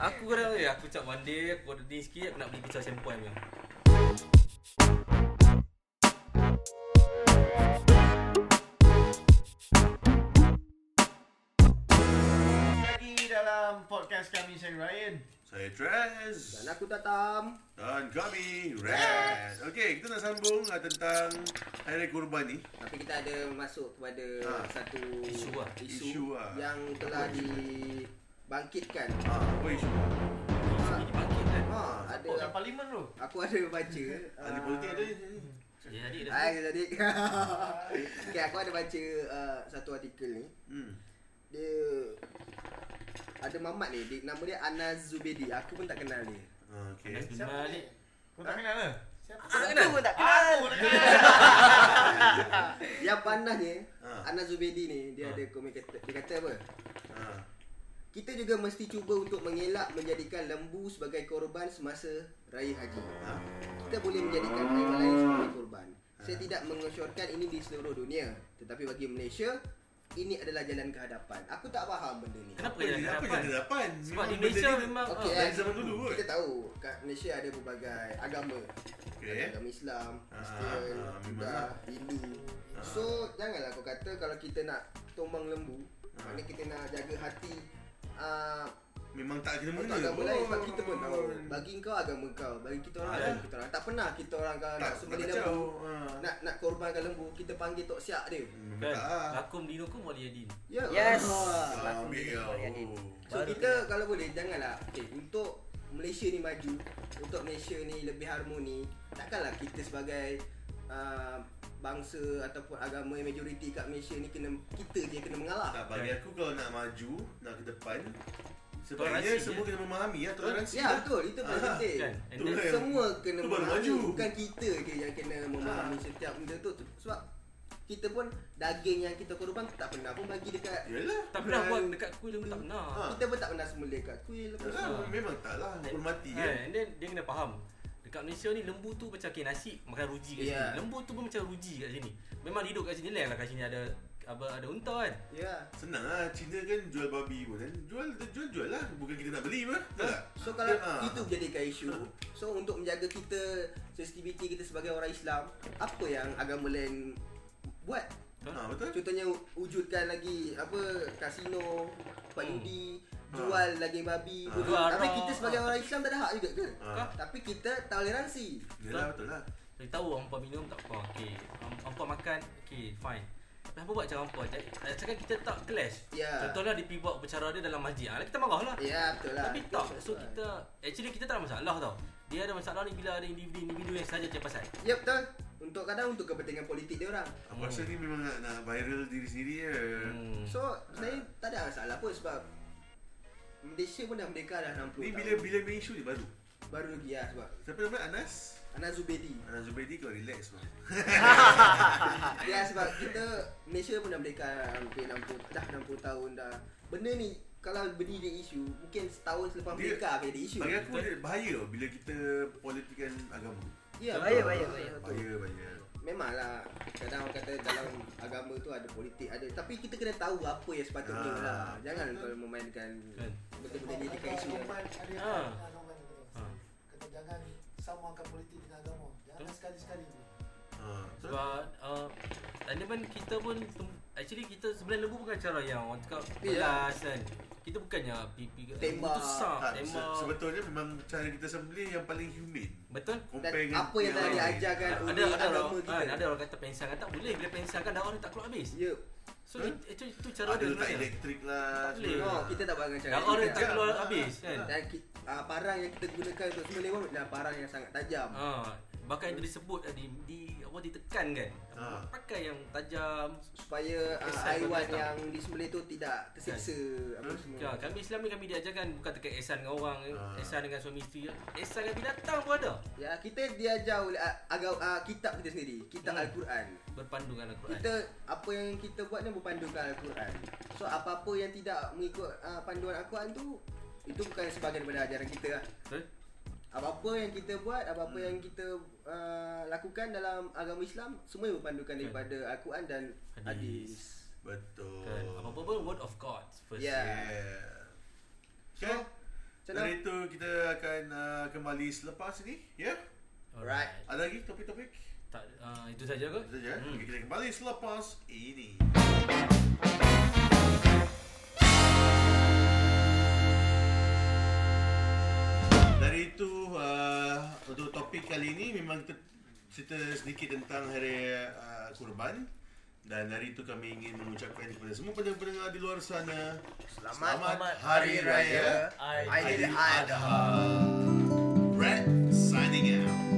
[SPEAKER 4] aku kadang eh, aku cap one day aku ada ni sikit aku nak beli pecah sempuan punya.
[SPEAKER 5] Lagi dalam podcast kami saya Ryan.
[SPEAKER 2] Saya Tres.
[SPEAKER 3] Dan aku tatam.
[SPEAKER 2] Dan kami Red. Okey, kita nak sambung uh, tentang Hari Kurban ni.
[SPEAKER 3] Tapi kita ada masuk kepada
[SPEAKER 2] Ha.
[SPEAKER 3] satu
[SPEAKER 4] Isu lah.
[SPEAKER 3] isu,
[SPEAKER 2] Isu lah.
[SPEAKER 3] yang telah dibangkitkan.
[SPEAKER 2] Ha, apa isu?
[SPEAKER 4] Ini bangkit kan.
[SPEAKER 3] Ha, ada
[SPEAKER 5] Oh, dalam parlimen tu.
[SPEAKER 3] aku ada baca. Ah,
[SPEAKER 2] Ahli politik ada.
[SPEAKER 4] Ya jadi dah.
[SPEAKER 3] Hai tadi. Okey, aku ada baca uh, satu artikel ni.
[SPEAKER 2] Hmm.
[SPEAKER 3] Dia ada mamat ni, dia, nama dia Anas Zubedi. Aku pun tak kenal dia.
[SPEAKER 2] Ha, okey.
[SPEAKER 4] Anas bin
[SPEAKER 5] Siapa
[SPEAKER 4] Malik.
[SPEAKER 5] ni? Kau tak kenal lah? ke?
[SPEAKER 7] Aku pun tak kenal.
[SPEAKER 3] Yang panasnya,
[SPEAKER 2] Ha.
[SPEAKER 3] Anas Zubedi ni dia
[SPEAKER 4] Ha.
[SPEAKER 3] ada komen kata, dia kata apa?
[SPEAKER 2] Ha.
[SPEAKER 3] Kita juga mesti cuba untuk mengelak menjadikan lembu sebagai korban semasa Raya Haji.
[SPEAKER 2] Ha.
[SPEAKER 3] Kita boleh menjadikan haiwan lain sebagai korban. Saya tidak mengesyorkan ini di seluruh dunia. Tetapi bagi Malaysia, ini adalah jalan ke hadapan. Aku tak faham benda ni.
[SPEAKER 4] Kenapa
[SPEAKER 2] Apa
[SPEAKER 4] yang
[SPEAKER 2] yang apa
[SPEAKER 4] dapat?
[SPEAKER 2] yang hadapan?
[SPEAKER 4] Sebab di
[SPEAKER 2] Memang
[SPEAKER 4] Malaysia
[SPEAKER 2] benda ni-
[SPEAKER 4] memang
[SPEAKER 3] Okey,
[SPEAKER 4] ah,
[SPEAKER 3] eh,
[SPEAKER 2] dari zaman dulu kot.
[SPEAKER 3] kita tahu kat Malaysia ada berbagai agama.
[SPEAKER 2] Okey.
[SPEAKER 3] Ada agama Islam,
[SPEAKER 2] Ah,
[SPEAKER 3] Kristian,
[SPEAKER 2] ah, memang
[SPEAKER 3] Buddha,
[SPEAKER 2] lah.
[SPEAKER 3] Hindu.
[SPEAKER 2] Ah.
[SPEAKER 3] So, janganlah kau kata kalau kita nak tumbang lembu,
[SPEAKER 2] Ah.
[SPEAKER 3] maknanya kita nak jaga hati ah,
[SPEAKER 2] Memang tak kena
[SPEAKER 3] Untuk
[SPEAKER 2] mengena. Hmm.
[SPEAKER 3] agama lain sebab kita pun tahu Bagi kau agama kau Bagi kita orang
[SPEAKER 2] Ah,
[SPEAKER 3] agama
[SPEAKER 2] ya.
[SPEAKER 3] kita orang Tak pernah kita orang kalau
[SPEAKER 2] Tak,
[SPEAKER 3] nak sembelih
[SPEAKER 2] tak
[SPEAKER 3] lembu
[SPEAKER 2] kacau. Ha.
[SPEAKER 3] Nak nak korbankan lembu Kita panggil tok siak dia
[SPEAKER 2] Memang
[SPEAKER 4] Kan?
[SPEAKER 2] tak lah.
[SPEAKER 4] Lakum dinukum waliyadin.
[SPEAKER 3] Ya
[SPEAKER 7] Yes.
[SPEAKER 3] Allah.
[SPEAKER 2] Ah, Ambil kau.
[SPEAKER 3] So kita kalau boleh janganlah okay, Untuk Malaysia ni maju Untuk Malaysia ni lebih harmoni Takkanlah kita sebagai uh, Bangsa ataupun agama yang majoriti kat Malaysia ni kena Kita je kena mengalah Ya,
[SPEAKER 2] Tak, bagi aku kalau nak maju, nak ke depan,
[SPEAKER 4] Kan? Toleransi
[SPEAKER 2] sebaiknya
[SPEAKER 4] je.
[SPEAKER 2] semua kena memahami ya toleransi.
[SPEAKER 3] Ya
[SPEAKER 2] lah.
[SPEAKER 3] betul itu paling
[SPEAKER 2] Ah,
[SPEAKER 3] penting.
[SPEAKER 4] kan? And
[SPEAKER 2] then-
[SPEAKER 3] semua kena
[SPEAKER 2] tu baru
[SPEAKER 3] memahami
[SPEAKER 2] maju. Ah.
[SPEAKER 3] bukan kita je yang kena memahami setiap benda tu tu- sebab kita pun daging yang kita korban tak pernah pun bagi dekat
[SPEAKER 2] Yelah.
[SPEAKER 4] Tak pernah buat dekat kuih dia pun tak pernah.
[SPEAKER 2] Ha.
[SPEAKER 3] kita pun tak pernah sembelih kat kuih lepas tu.
[SPEAKER 2] Yalah, Memang tak lah. Hormati
[SPEAKER 4] kan.
[SPEAKER 3] ya.
[SPEAKER 2] kan.
[SPEAKER 4] And then dia kena faham. Dekat Malaysia ni lembu tu macam okay, nasi makan ruji kat
[SPEAKER 3] Yeah.
[SPEAKER 4] sini. Lembu tu pun macam ruji kat sini. Memang hidup kat sini lah kat sini ada apa ada unta kan.
[SPEAKER 3] Ya.
[SPEAKER 2] Senang lah, Cina kan jual babi pun kan Jual, dia jual-jual lah, bukan kita nak beli pun Betul tak?
[SPEAKER 3] So kalau
[SPEAKER 2] Ah.
[SPEAKER 3] itu jadikan isu So untuk menjaga kita sensitiviti kita sebagai orang Islam Apa yang agama lain buat?
[SPEAKER 2] Ha, betul?
[SPEAKER 3] Contohnya wujudkan lagi apa kasino,
[SPEAKER 4] Hmm.
[SPEAKER 3] payudi,
[SPEAKER 2] Ha.
[SPEAKER 3] jual lagi babi.
[SPEAKER 2] Ha.
[SPEAKER 3] wujud- Tapi
[SPEAKER 4] Juara.
[SPEAKER 3] kita sebagai orang Islam tak ada hak juga ke?
[SPEAKER 2] Ha.
[SPEAKER 3] Tapi kita toleransi.
[SPEAKER 2] Yelah, betul lah
[SPEAKER 4] Dia tahu hampa minum tak apa. Okey. Ham- Hampa makan okey fine. Tapi hampa buat macam hampa. Jadi, Saya cakap kita tak clash.
[SPEAKER 3] Ya.
[SPEAKER 4] Contohlah dia pergi buat bercara dia dalam masjid. Ah, kita marah lah.
[SPEAKER 3] Ya, betul lah.
[SPEAKER 4] Tapi tak. So kita actually kita tak ada masalah tau. Dia ada masalah ni bila ada individu-individu yang saja cakap pasal.
[SPEAKER 3] Ya, betul. Untuk kadang untuk kepentingan politik dia orang.
[SPEAKER 2] Aku rasa ni memang nak, nak viral diri sendiri je
[SPEAKER 4] Hmm.
[SPEAKER 3] So, saya tak ada masalah pun sebab Malaysia pun dah merdeka dah 60
[SPEAKER 2] Ni
[SPEAKER 3] tahun.
[SPEAKER 2] bila bila main isu ni baru
[SPEAKER 3] Baru lagi ya sebab
[SPEAKER 2] Siapa nama Anas?
[SPEAKER 3] Anas Zubedi.
[SPEAKER 2] Anas Zubaidi kau relax bang
[SPEAKER 3] Ya sebab kita Malaysia pun dah merdeka ah, hampir 60 dah 60 tahun dah. Benda ni kalau berdiri isu mungkin setahun selepas
[SPEAKER 2] Dia-
[SPEAKER 3] merdeka akan jadi isu.
[SPEAKER 2] Bagi aku dia bahaya tau bila kita politikan agama Ah,
[SPEAKER 3] Ya,
[SPEAKER 7] Bahaya,
[SPEAKER 3] betul.
[SPEAKER 7] bahaya, bahaya.
[SPEAKER 3] Betul.
[SPEAKER 2] Bahaya, bahaya
[SPEAKER 3] Memanglah kadang orang kata dalam agama tu ada politik ada tapi kita kena tahu apa yang sepatutnya
[SPEAKER 2] Ah.
[SPEAKER 3] lah. Jangan kalau memainkan
[SPEAKER 4] Kan.
[SPEAKER 3] benda-benda ni dekat isu. yang-
[SPEAKER 4] Ha.
[SPEAKER 6] Ada yang Norman kata.
[SPEAKER 4] Ha.
[SPEAKER 6] Kata jangan samakan politik dengan agama. Jangan sekali-sekali.
[SPEAKER 2] ha, so,
[SPEAKER 4] Sebab uh, dan dia pun kita pun tem- actually kita sebenarnya lembu bukan cara yang orang cakap
[SPEAKER 3] Ya.
[SPEAKER 4] belas kan. Kita bukannya pipi
[SPEAKER 3] Tembak.
[SPEAKER 4] Itu sah,
[SPEAKER 2] tak, kan, se-
[SPEAKER 4] tembak.
[SPEAKER 2] Sebetulnya memang cara kita sembelih yang paling human
[SPEAKER 4] Betul?
[SPEAKER 3] Dan
[SPEAKER 2] Compare dengan
[SPEAKER 3] apa yang telah
[SPEAKER 2] lain. Ah,
[SPEAKER 3] diajarkan
[SPEAKER 4] Ada
[SPEAKER 3] oleh
[SPEAKER 4] ada
[SPEAKER 3] agama
[SPEAKER 4] orang
[SPEAKER 3] kita.
[SPEAKER 4] kan, ada orang kata pensang kan tak boleh bila pensang kan darah dia tak keluar habis.
[SPEAKER 3] Ya.
[SPEAKER 4] So
[SPEAKER 2] Betul?
[SPEAKER 4] it- itu itu cara
[SPEAKER 2] Ada
[SPEAKER 4] dia.
[SPEAKER 2] letak
[SPEAKER 4] sebenarnya.
[SPEAKER 2] elektrik lah
[SPEAKER 4] Tak boleh.
[SPEAKER 2] semua.
[SPEAKER 3] No, Oh, kita tak bakal cakap.
[SPEAKER 4] Darah dia tak
[SPEAKER 3] kita.
[SPEAKER 4] keluar
[SPEAKER 2] Ah,
[SPEAKER 4] habis kan.
[SPEAKER 3] Dan ki- ah, barang yang kita gunakan untuk sembelih pun adalah barang yang sangat tajam.
[SPEAKER 4] Ha, bahkan dia disebut ah, di, di apa ditekan kan.
[SPEAKER 2] Ah.
[SPEAKER 4] Pakai yang tajam.
[SPEAKER 3] supaya uh,
[SPEAKER 4] Kesan
[SPEAKER 3] haiwan
[SPEAKER 4] kau
[SPEAKER 3] yang disembelih tu tidak tersiksa apa semua.
[SPEAKER 4] Ya, kami Islam ni kami diajarkan bukan tekan ihsan dengan orang,
[SPEAKER 2] Ah.
[SPEAKER 4] ihsan dengan suami isteri. Ihsan dengan binatang pun ada.
[SPEAKER 3] Ya, kita diajar oleh uh, agak uh, kitab kita sendiri, kitab
[SPEAKER 4] Hmm.
[SPEAKER 3] al-Quran.
[SPEAKER 4] Berpandu dengan Al-Quran.
[SPEAKER 3] Kita apa yang kita buat ni berpandukan al-Quran. So apa-apa yang ah, tidak mengikut uh, panduan al-Quran tu itu bukan sebahagian daripada ajaran kita lah.
[SPEAKER 4] Betul?
[SPEAKER 3] apa-apa yang kita buat, apa-apa
[SPEAKER 4] Hmm.
[SPEAKER 3] yang kita uh, lakukan dalam agama Islam semua berpandukan daripada Al-Quran dan
[SPEAKER 4] Kan. Hadis.
[SPEAKER 3] hadis.
[SPEAKER 2] Betul.
[SPEAKER 4] Kan? Apa-apa pun word of God first.
[SPEAKER 3] Yeah.
[SPEAKER 2] Oh. Yeah. Okay.
[SPEAKER 3] Macam mana?
[SPEAKER 2] Dari itu Eh, kita akan uh, kembali selepas ini. Ya. Yeah?
[SPEAKER 3] Alright.
[SPEAKER 2] Ada lagi topik-topik?
[SPEAKER 4] Tak, uh, itu saja ke?
[SPEAKER 2] Itu saja.
[SPEAKER 4] Hmm.
[SPEAKER 2] Okay, kita kembali selepas ini. Dari itu uh, untuk topik kali ini memang kita cerita sedikit tentang hari uh, kurban dan dari itu kami ingin mengucapkan kepada semua pendengar-pendengar di luar sana selamat, hari raya Aidil Adha. Brad signing out.